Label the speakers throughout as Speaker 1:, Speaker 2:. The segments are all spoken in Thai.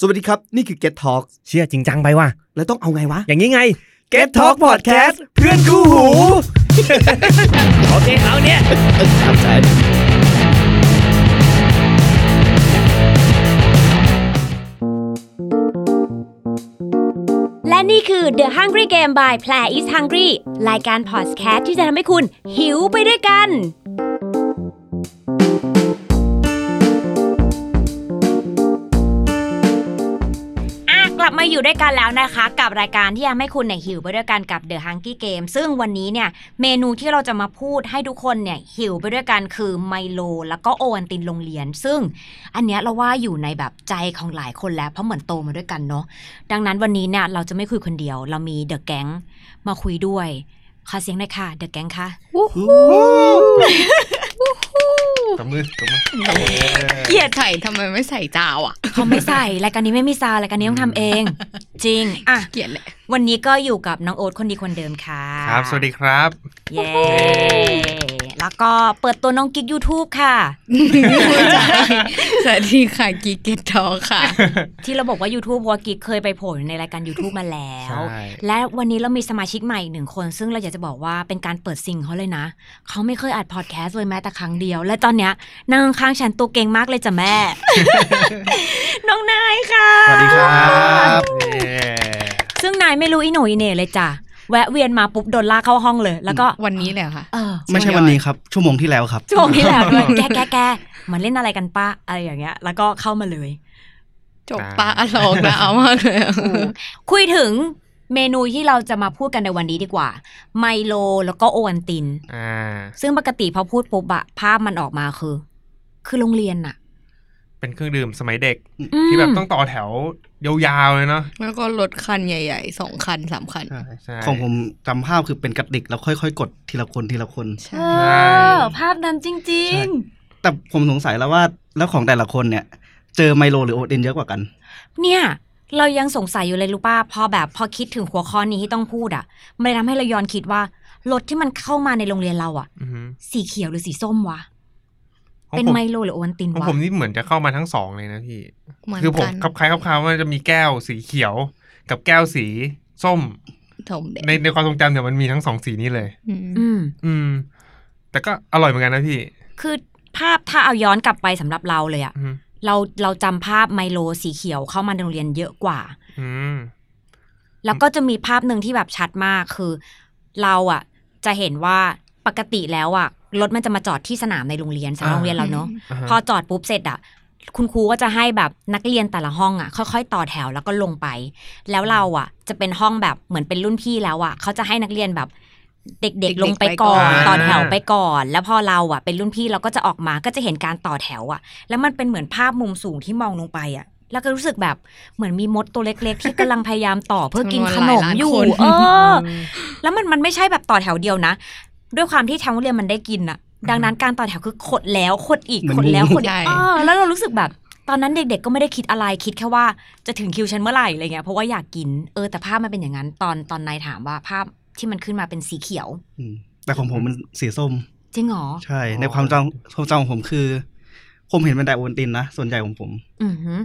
Speaker 1: สวัสดีครับ นี่คือ Get Talk
Speaker 2: เชื่อจริงจังไปว่ะ
Speaker 1: แล้วต้องเอาไงวะ
Speaker 2: อย่างนี้ไง
Speaker 1: Get Talk Podcast เพื่อนคู่หู
Speaker 2: โอเคเอาเนี่ย
Speaker 3: และนี่คือ The Hungry Game by Play is Hungry รายการพอดแคสต์ที่จะทำให้คุณหิวไปด้วยกัน อ่ะกลับมาอยู่ด้วยกันแล้วนะคะ กับรายการที่ทำให้คุณเนี่ยหิวไปด้วยกันกับ The Hungry Game ซึ่งวันนี้เนี่ยเมนูที่เราจะมาพูดให้ทุกคนเนี่ยหิวไปด้วยกันคือไมโลแล้วก็โอวันตินโรงเรียน ซึ่งอันเนี้ยเราว่าอยู่ในแบบใจของหลายคนแล้วเพราะเหมือนโตมาด้วยกันเนาะ ดังนั้นวันนี้เนี่ยเราจะไม่คุยคนเดียว เรามีเดอะแก๊งมาคุยด้วย ขอเสียงหน่อยค่ะเดอะแก๊งค่ะ
Speaker 4: ตบมือตบมือ
Speaker 5: เกลียดใส่ทำไมไม่ใส่จาวอ่ะ
Speaker 3: เขาไม่ใส่ รายการนี้ไม่มีซาวรายการนี้ต้องทำเอง จริงอ่ะ
Speaker 5: เกลียดแห ละ
Speaker 3: วันนี้ก็อยู่กับน้องโอ๊ตคนดีคนเดิมค่ะ
Speaker 4: ครับ สวัสดีครับ
Speaker 3: เย้แล้วก็เปิดตัวน้องกิ๊ก YouTube ค่ะ
Speaker 5: สวัสดีค่ะกิกเกตทอค่ะ
Speaker 3: ที่เราบอกว่า YouTube เพราะว่ากิ๊กเคยไปโผล่อยู่ในรายการ YouTube มาแล้ว
Speaker 4: ใช่
Speaker 3: และวันนี้เรามีสมาชิกใหม่อีกหนึ่งคน ซึ่งเราอยากจะบอกว่าเป็นการเปิดซิงเขาเลยนะ เขาไม่เคยอัดพอดแคสต์เลยแม้แต่ครั้งเดียว และตอนเนี้ยนั่งข้างฉันตัวเก่งมากเลยจ้ะแม่ น้องนายค่ะ
Speaker 4: สวัสดีครับ
Speaker 3: ซึ่งนายไม่รู้อีโหนอีเหน่เลยจ้ะแวะเวียนมาปุ๊บโดนลากเข้าห้องเลย แล้วก็
Speaker 5: วันนี้เลยเหรอค่ะ
Speaker 3: เออ
Speaker 1: ไม่ใช่วันนี้ครับ ชั่วโมงที่แล้วครับ
Speaker 3: ช่วงที่แล้วด้วยแกแกแกมันเล่นอะไรกันป้าอะไรอย่างเงี้ย แล้วก็เข้ามาเลย
Speaker 5: จบปลาอโลกแล้วเอามากเลยอะ
Speaker 3: คุยถึงเมนูที่เราจะมาพูดกันในวันนี้ดีกว่า ไมโลแล้วก็โอวันติน
Speaker 4: อ่า
Speaker 3: ซึ่งปกติพอพูดปุ๊บอะภาพมันออกมาคือ คือโรงเรียนอะ
Speaker 4: เป็นเครื่องดื่มสมัยเด็ก
Speaker 3: อืม
Speaker 4: ที่แบบต้องต่อแถวยาวๆเลยเนาะ
Speaker 5: แล้วก็รถคันใหญ่ๆสองคันสามคัน
Speaker 4: ใช่
Speaker 1: ของผมจำภาพคือเป็นกระติกแล้วค่อยๆ กดทีละคนทีละคน
Speaker 3: เอ
Speaker 5: ใช่
Speaker 3: อภาพนั้นจริง
Speaker 1: แต่ผมสงสัยแล้วว่าแล้วของแต่ละคนเนี่ย เจอไมโลหรือโอเดนเยอะกว่ากัน
Speaker 3: ๆ เนี่ย เรายังสงสัยอยู่เลยรู้ป่ะพอแบบพอคิดถึงหัวข้อนี้ที่ต้องพูดอะมันเลยทำให้เราย้อนคิดว่ารถที่มันเข้ามาในโรงเรียนเราอะ
Speaker 4: อือฮึ
Speaker 3: สีเขียวหรือสีส้มวะ
Speaker 4: ของ
Speaker 3: เป็น
Speaker 4: ผ
Speaker 3: ไมโลหรือโอวันติน
Speaker 4: ของ
Speaker 3: วะ
Speaker 4: ผมนี่เหมือนจะเข้ามาทั้งสองเลยนะพี่
Speaker 5: เหมือน
Speaker 4: คือผม
Speaker 5: กัน
Speaker 4: คลับคล้ายคลับคล้ายว่าจะมีแก้วสีเขียว กับแก้วสีส้ม
Speaker 5: ถมเด็ก
Speaker 4: ในในความทรงจำเนี่ยมันมีทั้งสองสีนี้เลย
Speaker 5: อืม
Speaker 3: อืม
Speaker 4: อืม แต่ก็อร่อยเหมือนกันนะพี่
Speaker 3: คือภาพถ้าเอาย้อนกลับไปสำหรับเราเลยอะ
Speaker 4: อืม
Speaker 3: เราเราจำภาพไมโลสีเขียวเข้ามาในโรงเรียนเยอะกว่า
Speaker 4: อืม
Speaker 3: แล้วก็จะมีภาพหนึ่งที่แบบชัดมากคือ เราอ่ะ จะเห็นว่าปกติแล้วอ่ะรถมันจะมาจอดที่สนามในโรงเรียนสำหรับ
Speaker 4: อ่า
Speaker 3: โรงเรียนเราเนาะ
Speaker 4: อ่าฮะ
Speaker 3: พอจอดปุ๊บเสร็จอ่ะ คุณครูก็จะให้แบบนักเรียนแต่ละห้องอ่ะ ค่อย ๆ ต่อแถวแล้วก็ลงไป แล้วเราอ่ะ จะเป็นห้องแบบเหมือนเป็นรุ่นพี่แล้วอ่ะเขาจะให้นักเรียนแบบ เด็ก ๆ ลงไปก่อนต่อแถวไปก่อน แล้วพอเราอ่ะ เป็นรุ่นพี่เราก็จะออกมาก็จะเห็นการต่อแถวอ่ะ แล้วมันเป็นเหมือนภาพมุมสูงที่มองลงไปอ่ะ แล้วก็รู้สึกแบบเหมือนมีมดตัวเล็กๆ ที่กำลังพยายามต่อเพื่อกินขนมอยู่
Speaker 5: จำวห
Speaker 3: เอ
Speaker 5: ลาล้านค
Speaker 3: อ
Speaker 5: น
Speaker 3: แล้วมันมันไม่ใช่แบบต่อแถวเดียวนะ ด้วยความที่ทางโรงเรียนมันได้กินอ่ะ ดังนั้นการต่อแถวคือขดแล้วขดอีก
Speaker 1: เหมือน
Speaker 3: ขดแล้ว
Speaker 1: หมู
Speaker 3: ขดอีก
Speaker 5: ใช่
Speaker 3: เออแล้วเรารู้สึกแบบ ตอนนั้นเด็กๆก็ไม่ได้คิดอะไรคิดแค่ว่าจะถึงคิวฉันเมื่อไหร่อะไรเงี้ยเพราะว่าอยากกินเออแต่ภาพมันเป็นอย่างนั้น ตอนตอนนายถามว่าภาพที่มันขึ้นมาเป็นสีเขียว
Speaker 1: อืมแต่ของผมมันสีส้ม
Speaker 3: จริงเหรอ
Speaker 1: ใช่ ในความจำความจำของผมคือ ผมเห็นเป็นแต่โอเดนตินนะ ส่วนใหญ่ของผม
Speaker 3: อือหือ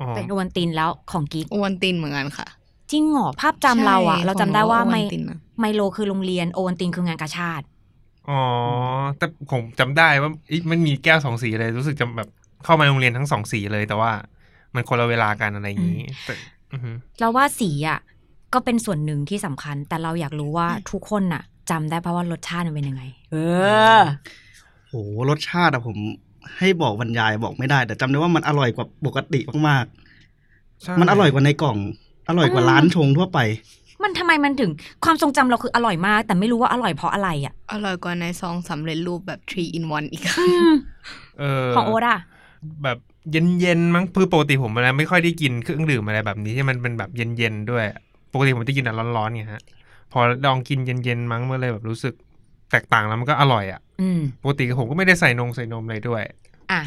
Speaker 4: อ๋อ
Speaker 3: เป็นโอวันตินแล้วของกิ๊ก
Speaker 5: อวันตินเหมือนกันค่ะ
Speaker 3: จริงเหรอภาพจำเราอะ
Speaker 5: ใช่
Speaker 3: เราจำได้ว่า
Speaker 5: ของเร
Speaker 3: ไม
Speaker 5: อวันตินนะ
Speaker 3: ไมโลคือโรงเรียนโอวันตินคืองานกาชาติ
Speaker 4: อ๋อ แต่ผมจำได้ว่าเอ๊ะมันมีแก้วสองสีเลย รู้สึกจะแบบเข้ามาโรงเรียนทั้งสองสีเลย แต่ว่ามันคนละเวลากันอะไรอย่างนี้แต่อือฮึ
Speaker 3: เราว่าสีอ่ะก็เป็นส่วนหนึ่งที่สำคัญ แต่เราอยากรู้ว่าทุกคนน่ะจำได้เพราะว่ารสชาติมันเป็นยังไง เออ
Speaker 1: โหรสชาติอะผมให้บอกบรรยายบอกไม่ได้ แต่จำได้ว่ามันอร่อยกว่าปกติมาก
Speaker 4: ใช่
Speaker 1: ๆ มันอร่อยกว่าในกล่อง อร่อยกว่า
Speaker 3: อืม
Speaker 1: ร้านชงทั่วไป
Speaker 3: มันทำไมมันถึงความทรงจำเราคืออร่อยมาก แต่ไม่รู้ว่าอร่อยเพราะอะไรอ่ะ
Speaker 5: อร่อยกว่าในซองสำเร็จรูปแบบ 3 in 1 อีก ค่ะ
Speaker 4: เออ
Speaker 3: ของโอ๊ตอ่ะ
Speaker 4: แบบเย็นๆมั้งคือปกติผมอะไรไม่ค่อยได้กินเครื่องดื่มอะไรแบบนี้ที่มันเป็นแบบเย็นๆด้วย ปกติผมจะกินแต่ร้อนๆไงฮะ พอลองกินเย็นๆมั้งเมื่อเลยแบบรู้สึกแตกต่างแล้วมันก็อร่อยอ่ะ
Speaker 3: อืม
Speaker 4: ปกติผมก็ไม่ได้ใส่นงใส่นมเลยด้วย
Speaker 3: อ่ะ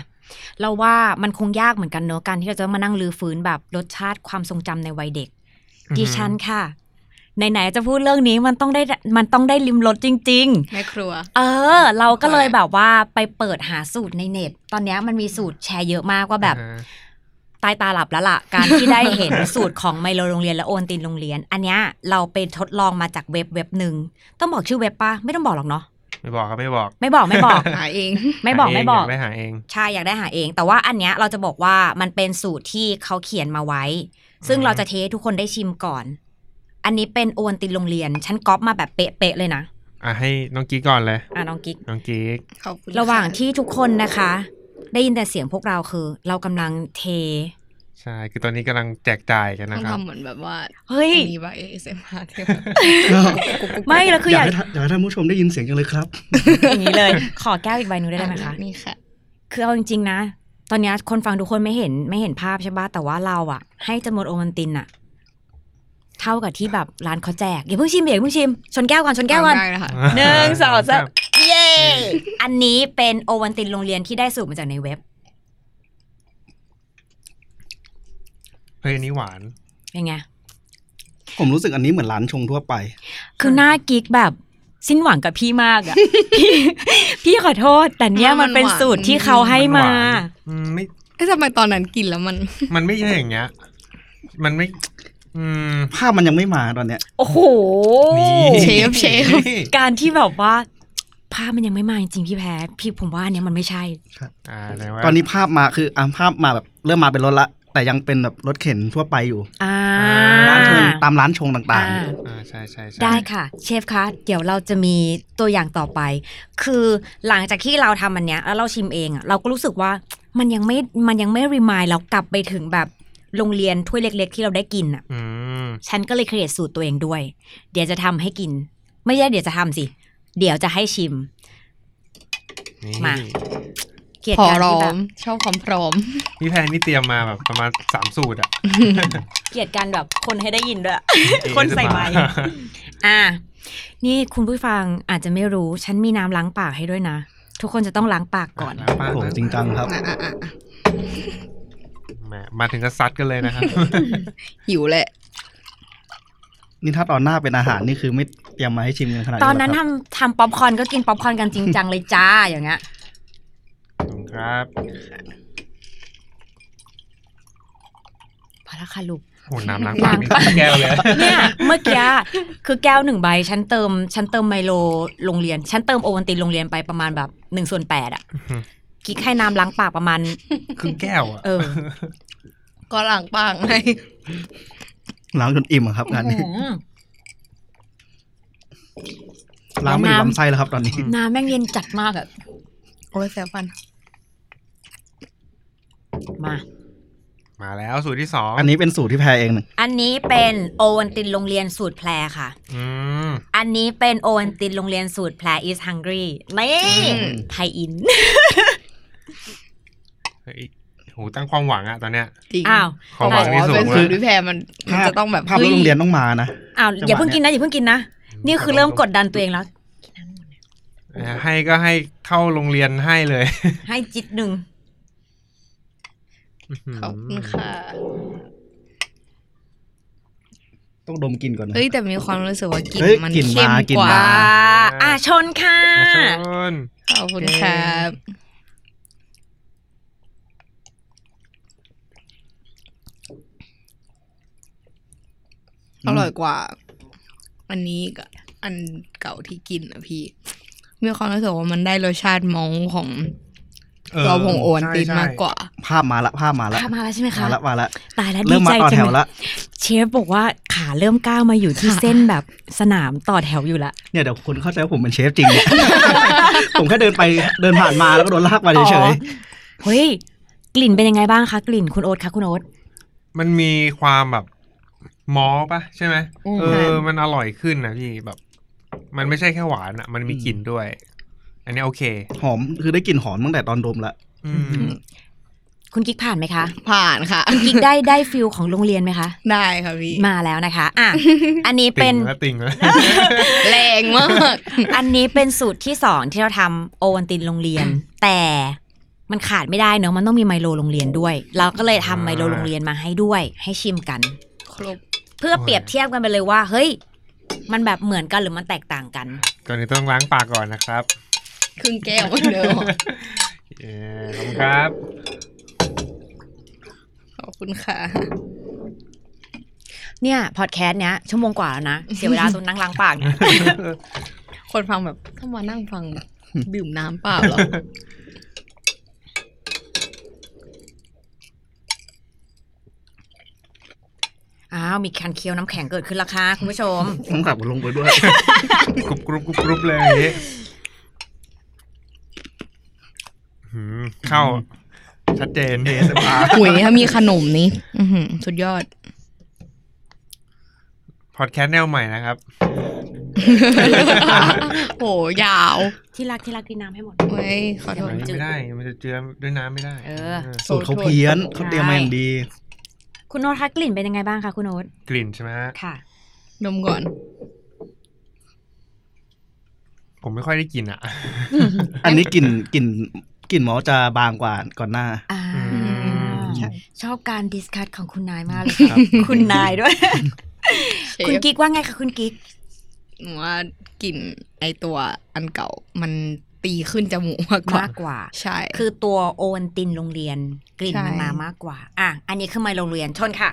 Speaker 3: เราว่ามันคงยากเหมือนกันเนอะการที่เราจะมานั่งรื้อฟื้นแบบรสชาติความทรงจำในวัยเด็ก
Speaker 4: อือฮึ
Speaker 3: ดิฉันค่ะไหนๆจะพูดเรื่องนี้มันต้องได้มันต้องได้ลิมรสจริง ๆ
Speaker 5: แม่ครัว
Speaker 3: เออ เราก็เลยแบบว่าไปเปิดหาสูตรในเน็ต ตอนเนี้ยมันมีสูตรแชร์เยอะมากว่าแบบ
Speaker 4: อ่า
Speaker 3: ตายตาหลับแล้วล่ะ การที่ได้เห็น สูตรของไมโลโรงเรียนและโอนตินโรงเรียน อันเนี้ยเราไปทดลองมาจากเว็บเว็บหนึ่งต้องบอกชื่อเว็บปะไม่ต้องบอกหรอกเนาะ
Speaker 4: ไม่บอกครับไม่บอก
Speaker 3: ไม่บอกไม่บอก
Speaker 5: หาเอง
Speaker 3: ไม่บอก
Speaker 4: หาเง
Speaker 3: ไม่บอก
Speaker 4: ยาได้หาเอง
Speaker 3: ใช่อยากได้หาเอง แต่ว่าอันเนี้ยเราจะบอกว่ามันเป็นสูตรที่เขาเขียนมาไว้ ซึ่ง
Speaker 4: อืม
Speaker 3: เราจะเทให้ทุกคนได้ชิมก่อน อันนี้เป็นโอนตินโรงเรียน ฉันก๊อปมาแบบเป๊ะๆเลยนะ
Speaker 4: อ่ะให้น้องกิ๊กก่อนเลย
Speaker 3: อ่ะน้องกิ๊ก
Speaker 4: น้องกิ๊ก
Speaker 5: ขอบคุณ
Speaker 3: ระหว่าง
Speaker 5: ค่
Speaker 3: ที่ทุกคนนะคะ ได้ยินแต่เสียงพวกเราคือ เรากำลังเท
Speaker 4: ใช่คือตอนนี้กำลังแจกจ่ายกัน
Speaker 5: ต้
Speaker 4: นะ
Speaker 5: อง
Speaker 4: ครับ
Speaker 5: ทำเหมือนแบบว่า
Speaker 3: เฮ้ย
Speaker 5: อันนี้ใบเอสเอ็มอาร์ที่แบบกุ๊กกุ๊กกุ๊ก
Speaker 3: ไม่แล้วคืออ
Speaker 1: อา
Speaker 3: ยา
Speaker 1: ย
Speaker 3: ก ก
Speaker 1: ให้ท่านอยากให้ท่านผู้ชมได้ยินเสียงจังเลยครับ
Speaker 3: อย่างนี้เลย ขอแก้วอีกใบหนึงได้ไหมคะ
Speaker 5: นี่ค่ะ
Speaker 3: คือเอาจริงๆนะ ตอนเนี้ยคนฟังทุกคนไม่เห็นไม่เห็นภาพใช่ปะแต่ว่าเราอะให้จำนวนโอมันตินอะเท่ากับที่แบบร้านเขาแจกอย่าเพิ่งชิมอย่าเพิ่งชิมชนแก้วก่อนชนแก้วก่อน
Speaker 5: ได้นะคะ
Speaker 3: หนึ่งสองสามเย้อันนี้เป็นโอวันตินโรงเรียนที่ได้สูตรมาจากในเว็บ
Speaker 4: เฮ้ยอันนี้หวาน
Speaker 3: เป็นไง
Speaker 1: ผมรู้สึกอันนี้เหมือนร้านชงทั่วไป
Speaker 3: คือหน้ากิ๊กแบบสิ้นหวังกับพี่มากอะ พี่พี่ขอโทษ แต่เนี่ย
Speaker 5: มั
Speaker 3: มัน
Speaker 5: น
Speaker 3: เป็น
Speaker 5: หวาน
Speaker 3: สูตรที่เขาให้
Speaker 4: นห
Speaker 3: มา
Speaker 4: วนอืมไม่
Speaker 5: เอ๊ะทำไมตอนนั้นกินแล้วมัน
Speaker 4: มันไม่ใช่อย่างเงี้ย มันไม่ อืม
Speaker 1: ภาพมันยังไม่มาตอนเนี้ย
Speaker 3: โอ้โห
Speaker 4: นี่
Speaker 5: เชฟเชฟ
Speaker 4: นี่
Speaker 3: การที่แบบว่าภาพมันยังไม่มาจริงๆพี่แพ้ พี่ผมว่าอันเนี้ยมันไม่ใช่
Speaker 4: อ่าแสดงว่า
Speaker 1: ตอนนี้ภาพมาคืออ่ะภาพมาแบบเริ่มมาเป็นรถละ แต่ยังเป็นแบบรถเข็นทั่วไปอยู่
Speaker 3: อ่า
Speaker 1: ร้านชงตามร้านชงต่าง
Speaker 3: อ่า
Speaker 4: อ่าใช่ใช่ใช่
Speaker 3: ได้ค่ะ เชฟคะ เดี๋ยวเราจะมีตัวอย่างต่อไป คือหลังจากที่เราทำอันเนี้ยแล้วเราชิมเองอะเราก็รู้สึกว่ามันยังไม่มันยังไม่รีมายเรากลับไปถึงแบบโรงเรียนถ้วยเล็ก ๆ ที่เราได้กินอะ
Speaker 4: อืม
Speaker 3: ฉันก็เลยเครียดสูตรตัวเองด้วย เดี๋ยวจะทำให้กิน ไม่ใช่เดี๋ยวจะทำสิ เดี๋ยวจะให้ชิม
Speaker 4: นี่
Speaker 3: มา เกลียด
Speaker 5: พอ
Speaker 3: การ
Speaker 5: ร
Speaker 3: ที่
Speaker 5: อ
Speaker 3: แบบ
Speaker 5: ม ชอบความพร้อม
Speaker 4: พี่แพนนี่เตรียมมาแบบประมาณสามสูตรอ่ะ
Speaker 3: เกลียดการแบบคนให้ได้ยินด้วย คนใส่ไม้ อ่ะนี่คุณผู้ฟังอาจจะไม่รู้ ฉันมีน้ำล้างปากให้ด้วยนะ ทุกคนจะต้องล้างปากก่อน
Speaker 4: แล้วป้า
Speaker 1: โอ้โหจริงจังครับ
Speaker 5: อ่ะอ่ะอ่ะ
Speaker 4: แหมมาถึงก็ซัดกันเลยนะครับ
Speaker 5: หิวแหละ
Speaker 1: ๆ นี่ถ้าตอนหน้าเป็นอาหารนี่คือไม่เตรียมมาให้ชิมกันขนาด
Speaker 3: ต
Speaker 1: นี้
Speaker 3: อนนั้น
Speaker 1: หร
Speaker 3: ทำ
Speaker 1: กครับ
Speaker 3: ทำป๊อปคอร์นก็กินป๊อปคอร์นกันจริงจังเลยจ้าอย่างเงี้ย
Speaker 4: ขอบคุณครับ
Speaker 3: พอแล้วค่ะลูก
Speaker 4: โอ้โหน้ำล้างปากนี่แก้วเลย
Speaker 3: เนี่ย เมื่อกี้คือแก้วหนึ่งใบ ฉันเติม ฉันเติมไมโลโรงเรียน ฉันเติมโอวันตินโรงเรียนไปประมาณแบบหนึ่งส่วนแปดอะกิ๊กให้น้ำล้างปากประมาณ
Speaker 4: ครึ่งแก้วอ่ะ
Speaker 3: เออ
Speaker 5: ก็หลังปางไง
Speaker 1: ล้างจนอิ่มอะครับงานนี้ ล้างไม่ถึง
Speaker 3: น้ำ
Speaker 1: ลำไส้แล้วครับตอนนี้
Speaker 3: น้ำแม่งเย็นจัดมากอะ
Speaker 5: โอ้ยแซวฟัน
Speaker 3: มา
Speaker 4: มาแล้วสูตรที่สอง
Speaker 1: อันนี้เป็นสูตรที่แพรเองนะ
Speaker 3: อันนี้เป็นโอวันตินโรงเรียนสูตรแพรค่ะ
Speaker 4: อืม
Speaker 3: อันนี้เป็นโอวันตินโรงเรียนสูตรแพร is hungry ไม่
Speaker 5: อืม
Speaker 3: ไทยอิน
Speaker 4: เฮ้ยโหตั้งความหวังอ่ะตอนเนี้ย
Speaker 5: จริง
Speaker 3: อ้าว
Speaker 4: ความหวังที่สู
Speaker 5: เป็
Speaker 4: ง
Speaker 5: น
Speaker 4: เล
Speaker 5: สู
Speaker 4: ย
Speaker 5: ตรพี่แพรมันมัน
Speaker 1: ภาพ
Speaker 5: จะต้องแบบ
Speaker 1: ภาพรถโรงเรียนต้องมานะ
Speaker 3: อ้าว
Speaker 1: จังหวะ
Speaker 3: อย่าเพิ่งกินนะอย่าเพิ่งกินนะ นี่คือเริ่มกดดันตัวเองแล้ว
Speaker 4: ให้ก็ให้เข้าโรงเรียนให้เลย
Speaker 3: ให้จิตหนึ่ง
Speaker 5: ขอบคุณค่ะ
Speaker 1: ต้องดมกลินก่อนนะ
Speaker 5: เอ้ยแต่มีความรู้สึกว่ากลิ่น
Speaker 1: เฮ้ย
Speaker 5: มัน
Speaker 1: กลิ่น
Speaker 5: เข้ม
Speaker 1: มากลิ่น
Speaker 5: กว่า
Speaker 1: มา
Speaker 3: อ่าอ่าชนค่ะ
Speaker 4: มาชน
Speaker 5: ขอบคุณครับอร่อยกว่า อันนี้กับอันเก่าที่กินอ่ะพี่ มีความรู้สึกว่ามันได้รสชาติมองของเราผงโอนตินมากกว่า
Speaker 1: ภาพมาละภาพมาละ
Speaker 3: ภาพมาแล้วใช่ไหมคะ
Speaker 1: มาละมาละ
Speaker 3: ตายแล้วดี
Speaker 1: เริ่มมา
Speaker 3: ใจ
Speaker 1: ต่อ
Speaker 3: จั
Speaker 1: แถ
Speaker 3: ง
Speaker 1: ว
Speaker 3: เลย
Speaker 1: ละ
Speaker 3: เชฟบอกว่าขาเริ่มก้าวมาอยู่ที่เส้นแบบสนามต่อแถวอยู่ละ
Speaker 1: เนี่ยเดี๋ยวคนเข้าใจว่าผมเป็นเชฟจริง เนี่ย ผมแค่เดินไปเดินผ่านมาแล้วก็โดนลากมาเฉ
Speaker 3: อ๋อย เฮ้ย กลิ่นเป็นยังไงบ้างคะกลิ่นคุณโอ๊ตคะคุณโอ๊ต
Speaker 4: มันมีความแบบมอปะใช่ไหม
Speaker 3: อืม
Speaker 4: เออ มันอร่อยขึ้นนะพี่แบบ มันไม่ใช่แค่หวานอ่ะ มันมีกลิ่นด้วย อันนี้โอเค
Speaker 1: ๆหอมคือได้กลิ่นหอมตั้งแต่ตอนดมละ
Speaker 4: อืม
Speaker 3: คุณกิ๊กผ่านไหมคะ
Speaker 5: ผ่านค่ะ
Speaker 3: กิ๊กได้ได้ฟิลของโรงเรียนไหมคะ
Speaker 5: ได้ค่ะพี่
Speaker 3: มาแล้วนะคะ อ่ะ อันนี้
Speaker 4: ติ่
Speaker 3: เป็น
Speaker 4: งแล้วติ่งแล้ว
Speaker 5: แรงมาก
Speaker 3: อันนี้เป็นสูตรที่สองที่เราทำโอวันตินโรงเรี ยน แต่มันขาดไม่ได้เนอะมันต้องมีไมโลโรงเรียนด้วย เราก็เลยทำไมโลโรงเรียนมาให้ด้วย ให้ชิมกัน
Speaker 5: ครบ
Speaker 3: เพื่อ
Speaker 4: โอ้ย
Speaker 3: เปรียบเทียบกันไปเลยว่า เฮ้ย มันแบบเหมือนกันหรือมันแตกต่างกัน
Speaker 4: ก่อนนี้ต้องล้างปากก่อนนะครับ
Speaker 5: ครึ่งแก้วเดียว
Speaker 4: เออขอบคุณครับ
Speaker 5: ขอบ อบคุณค่ะ
Speaker 3: เนี่ยพอดแคสต์เนี้ยชั่วโมงกว่าแล้วนะ เสียเวลาตรงนั่งล้างปากเนี่ย
Speaker 5: คนฟังแบบถ้ามานั่งฟัง ดื่มน้ำเปล่าเหรอ
Speaker 3: อ้าวมีการเคี้ยวน้ำแข็งเกิดขึ้นราคาคุณผู้ชม
Speaker 1: ผมกลับลงไปด้วย
Speaker 4: กรุบกรุบกรุบกรุบเลยอย่างงี้หืมเข้า ชัดเจน ASMR
Speaker 5: หุยถ้ามีขนมนี้ อื้อหือสุดยอด
Speaker 4: พอดแคสต์แนวใหม่นะครับ
Speaker 5: โห ยาว
Speaker 3: ที่รักที่รักกินน้ำให้หมด
Speaker 5: เว้ยขอโทษ
Speaker 4: ไม่ได้ มันจะเจือด้วยน้ำไม่ได้
Speaker 3: เออ
Speaker 4: เออ
Speaker 1: สูตรเขาเพี้ยนเขาเตรียมมาอย่างดี
Speaker 3: คุณโน้ตคะกลิ่นเป็นยังไงบ้างคะคุณโน้ต
Speaker 4: กลิ่นใช่ไหมฮะ
Speaker 3: ค่ะ
Speaker 5: ดมก่อน
Speaker 4: ผมไม่ค่อยได้กินอ่ะ
Speaker 1: อันนี้กลิ่นกลิ่นกลิ่นหมอจะบางกว่าก่อนหน้า
Speaker 3: อ่า
Speaker 4: ม
Speaker 5: ใช่
Speaker 3: ชอบการดิสคัตของคุณนายมากเลยครับ คุณนายด้วย คุณกิ๊กว่าไงคะคุณกิ๊ก
Speaker 5: หนูว่ากลิ่นไอตัวอันเก่ามันตีขึ้นจมูกมากกว่าม
Speaker 3: ากกว่า
Speaker 5: ใช่
Speaker 3: คือตัวโอวันตินโรงเรียนกลิ่นมัน
Speaker 5: ใช่
Speaker 3: มามากกว่า อ่ะ อันนี้คือไมาโรงเรียนชนค่ะ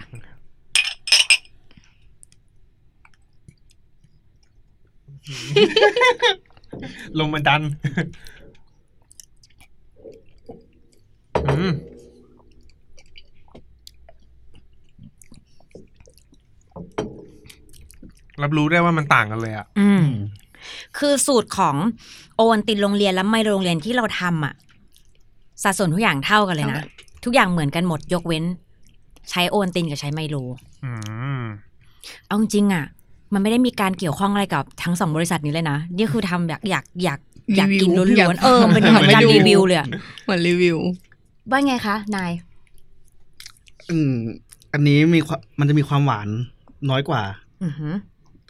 Speaker 4: ลมมันดัน อืมรับรู้ได้ว่ามันต่างกันเลยอ่ะ
Speaker 3: อืม คือสูตรของโอวันตินโรงเรียนและไมโรงเรียนที่เราทำอ่ะสัดส่วนทุกอย่างเท่ากันเลยนะ ทุกอย่างเหมือนกันหมดยกเว้น ใช้โอวันตินกับใช้ไมโล
Speaker 4: อืม
Speaker 3: เอาจริงๆอ่ะ มันไม่ได้มีการเกี่ยวข้องอะไรกับทั้งสองบริษัทนี้เลยนะ นี่คือทำอยากอยากอยากอยาก
Speaker 5: รีวิว
Speaker 3: กินล้
Speaker 5: อยาว ก
Speaker 3: นๆเออเป็นเหมือน
Speaker 5: อยาก
Speaker 3: การ
Speaker 5: ไปดู
Speaker 3: รีวิวเลยอะ
Speaker 5: เหมือนรีวิว
Speaker 3: ว่าไงคะ นาย
Speaker 1: อืมอันนี้มีความมันจะมีความหวานน้อยกว่า
Speaker 3: อือหือ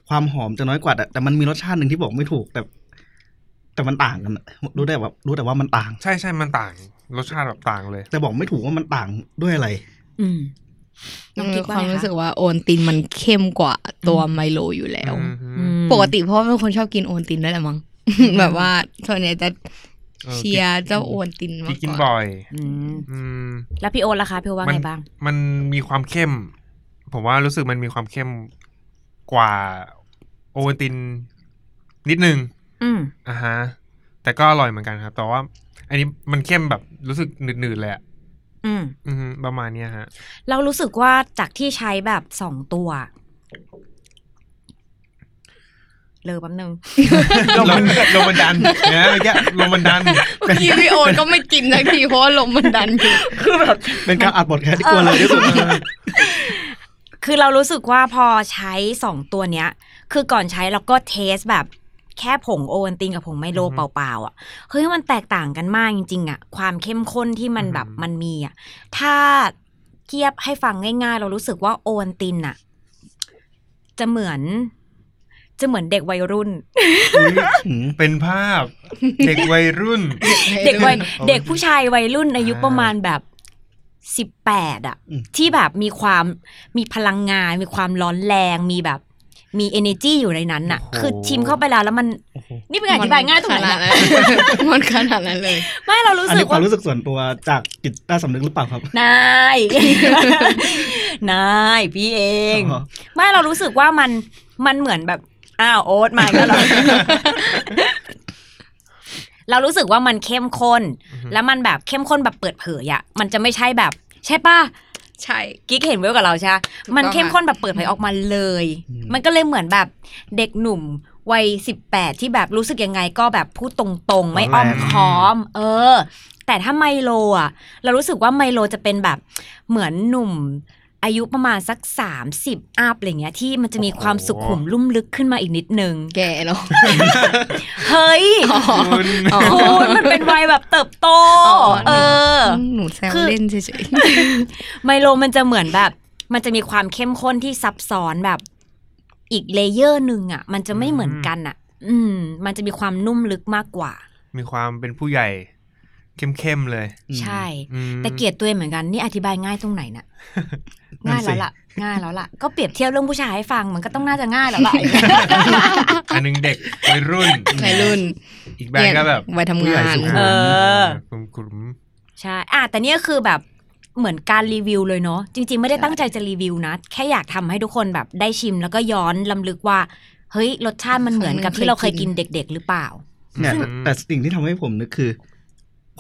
Speaker 1: ความหอมจะน้อยกว่าแต่แต่มันมีรสชาติหนึ่งที่บอกไม่ถูกแต่ แต่มันต่างกันอะรู้ได้แบบรู้แต่ว่ามันต่าง
Speaker 4: ใช่ใช่มันต่าง รสชาติแบบต่างเลย
Speaker 1: แต่บอกไม่ถูกว่ามันต่างด้วยอะไร
Speaker 3: อืมน้
Speaker 5: เอ
Speaker 3: อง
Speaker 5: อ
Speaker 3: กิ๊กว่าว
Speaker 5: คาม
Speaker 3: ไง
Speaker 5: รู้สึ
Speaker 3: คะ
Speaker 5: กว่าโอนตินมันเข้มกว่าตัวไมโลอยู่แล้ว
Speaker 4: อืม
Speaker 3: อืม
Speaker 5: ปกติเพราะว่าเป็นคนชอบกินโอนตินด้วยแหละมั้ง แบบว่าส่วนใหญ่จะ
Speaker 4: ออ
Speaker 5: เชียร์เจ้าโอนตินมา
Speaker 4: กิน
Speaker 5: ก
Speaker 4: กิน
Speaker 5: กว่า
Speaker 4: บ่อย
Speaker 3: อืม
Speaker 4: อืม
Speaker 3: แล้วพี่โอ๊ตล่ะคะพี่โอ๊ตว่าไง
Speaker 4: น
Speaker 3: บ้าง
Speaker 4: มันมีความเข้ม ผมว่ารู้สึกมันมีความเข้มกว่าโอวัลติน นิดนึง
Speaker 3: อืม
Speaker 4: อ่าฮะ แต่ก็อร่อยเหมือนกันครับ แต่ว่า อันนี้มันเข้มแบบรู้สึกหนืดๆเลยอะ
Speaker 3: อืม
Speaker 4: อือฮึประมาณเนี้ยฮะ
Speaker 3: เรารู้สึกว่าจากที่ใช้แบบสองตัวเลอแป๊บนึง
Speaker 4: ลมมันลมมันดันนะเมื่อกี้ลมมันดัน
Speaker 5: พี่พี่โอนก็ไม่กินสักทีเพราะว่าลมมันดันอยู่
Speaker 1: คือแบบเป็นการอัดบทแคสที่กลัวเลยที่สุด
Speaker 3: คือเรารู้สึกว่าพอใช้สองตัวเนี้ย คือก่อนใช้เราก็เทสแบบแค่ผงโอวัลตินกับผงไมโล
Speaker 4: อือฮึ
Speaker 3: เปล่าๆอ่ะเฮ้ยมันแตกต่างกันมากจริง ๆ อ่ะ ความเข้มข้นที่มัน
Speaker 4: อือฮึ
Speaker 3: แบบมันมีอ่ะ ถ้าเทียบให้ฟังง่ายๆ เรารู้สึกว่าโอวัลตินอ่ะ จะเหมือน จะเหมือนเด็กวัยรุ่น
Speaker 4: เป็นภาพ เด็กวัยรุ่น
Speaker 3: เด็กวัย
Speaker 4: อ๋อ
Speaker 3: เด็กผู้ชายวัยรุ่นอายุประมาณแบบสิบแปดอะ
Speaker 1: อืม
Speaker 3: ที่แบบมีความมีพลังงาน มีความร้อนแรงมีแบบ มี energy อยู่ในนั้นน่ะ
Speaker 4: โอ้โห
Speaker 3: คือชิมเข้าไปแล้วแล้วมัน นี่เป็นการอธิบายง่ายตรงไหน
Speaker 5: มัขนาดนั้นมันขนาด
Speaker 3: เนี่ย
Speaker 5: นั้นเลย
Speaker 3: ไม่เรารู้
Speaker 1: อัน
Speaker 3: สึ
Speaker 1: นี้
Speaker 3: ก
Speaker 1: ควา
Speaker 3: ว่าม
Speaker 1: รู้สึกส่วนตัวจากจิตใต้สำนึกหรือเปล่าครับ
Speaker 3: นาย นายพี่เอง
Speaker 1: อ๋อ
Speaker 3: ไม่เรารู้สึกว่ามันมันเหมือนแบบอ้าวโอ๊ตมาอีกแล้วเหรอ เรารู้สึกว่ามันเข้มข้น แล้วมันแบบเข้มข้นแบบเปิดเผยอะมันจะไม่ใช่แบบ ใช่ป่ะ
Speaker 5: ใช่
Speaker 3: กิ๊กเห็นเว้ยกับเราใช่ปะ
Speaker 5: ถูกต้อง
Speaker 3: มันเข้มข้นแบบเปิดเผยออกมาเลย
Speaker 1: อืม
Speaker 3: มันก็เลยเหมือนแบบเด็กหนุ่มวัยสิบแปดที่แบบรู้สึกยังไงก็แบบพูดตรงๆ ไม่อ้อมค้อม เออ แต่ถ้าไมโลอะเรารู้สึกว่าไมโลจะเป็นแบบเหมือนหนุ่ม อายุประมาณสัก 30อัพอะไรเงี้ยที่มันจะมีความสุขุมลุ่มลึกขึ้นมาอีกนิดนึง
Speaker 5: แก่เนาะ
Speaker 3: เฮ้ย
Speaker 4: คุณ
Speaker 5: อ๋อ
Speaker 3: คุณมันเป็นวัยแบบเติบโต
Speaker 5: อ๋อ
Speaker 3: เออ
Speaker 5: หนูแซว
Speaker 3: คือ
Speaker 5: เล่นเฉย
Speaker 3: ไมโลมันจะเหมือนแบบ มันจะมีความเข้มข้นที่ซับซ้อนแบบ อีกเลเยอร์หนึ่งอ่ะ มันจะไม่เหมือนกันอ่ะ อืม มันจะมีความนุ่มลึกมากกว่า
Speaker 4: มีความเป็นผู้ใหญ่ เข้มๆเลย
Speaker 3: ใช่
Speaker 4: อืม
Speaker 3: แต่เกลียดตัวเองเหมือนกันนี่อธิบายง่ายตรงไหนน่ะ
Speaker 1: นั่
Speaker 3: ง่าน ย
Speaker 1: สิ
Speaker 3: แล้วล่ะ ง่ายแล้วล่ะ ก็เปรียบเทียบเรื่องผู้ชายให้ฟังมันก็ต้องน่าจะง่ายแล้วล่ะ
Speaker 4: อันหนึงเด็กวัยรุ่น
Speaker 5: ๆวัยรุ่น
Speaker 4: อีกแบรนด์ก็แบบ
Speaker 5: วัยทำ
Speaker 1: ผู้ใหญ่
Speaker 5: งาน
Speaker 1: สุขุม
Speaker 3: เออ
Speaker 4: กลุ่มๆ
Speaker 3: ใช่ อ่ะแต่เนี่ยคือแบบ เหมือนการรีวิวเลยเนาะจริง ๆ ไม่ได้ตั้งใจจะรีวิวนะ แค่อยากทำให้ทุกคนแบบได้ชิมแล้วก็ย้อนลำลึกว่า เฮ้ย รสชาติมันเหมือนกับที่เราเคยกินเด็ก ๆ หรือเปล่า
Speaker 1: เนี่ย
Speaker 4: อื
Speaker 1: แต่
Speaker 4: ม
Speaker 1: แต่สิ่งที่ทำให้ผมนึกคือ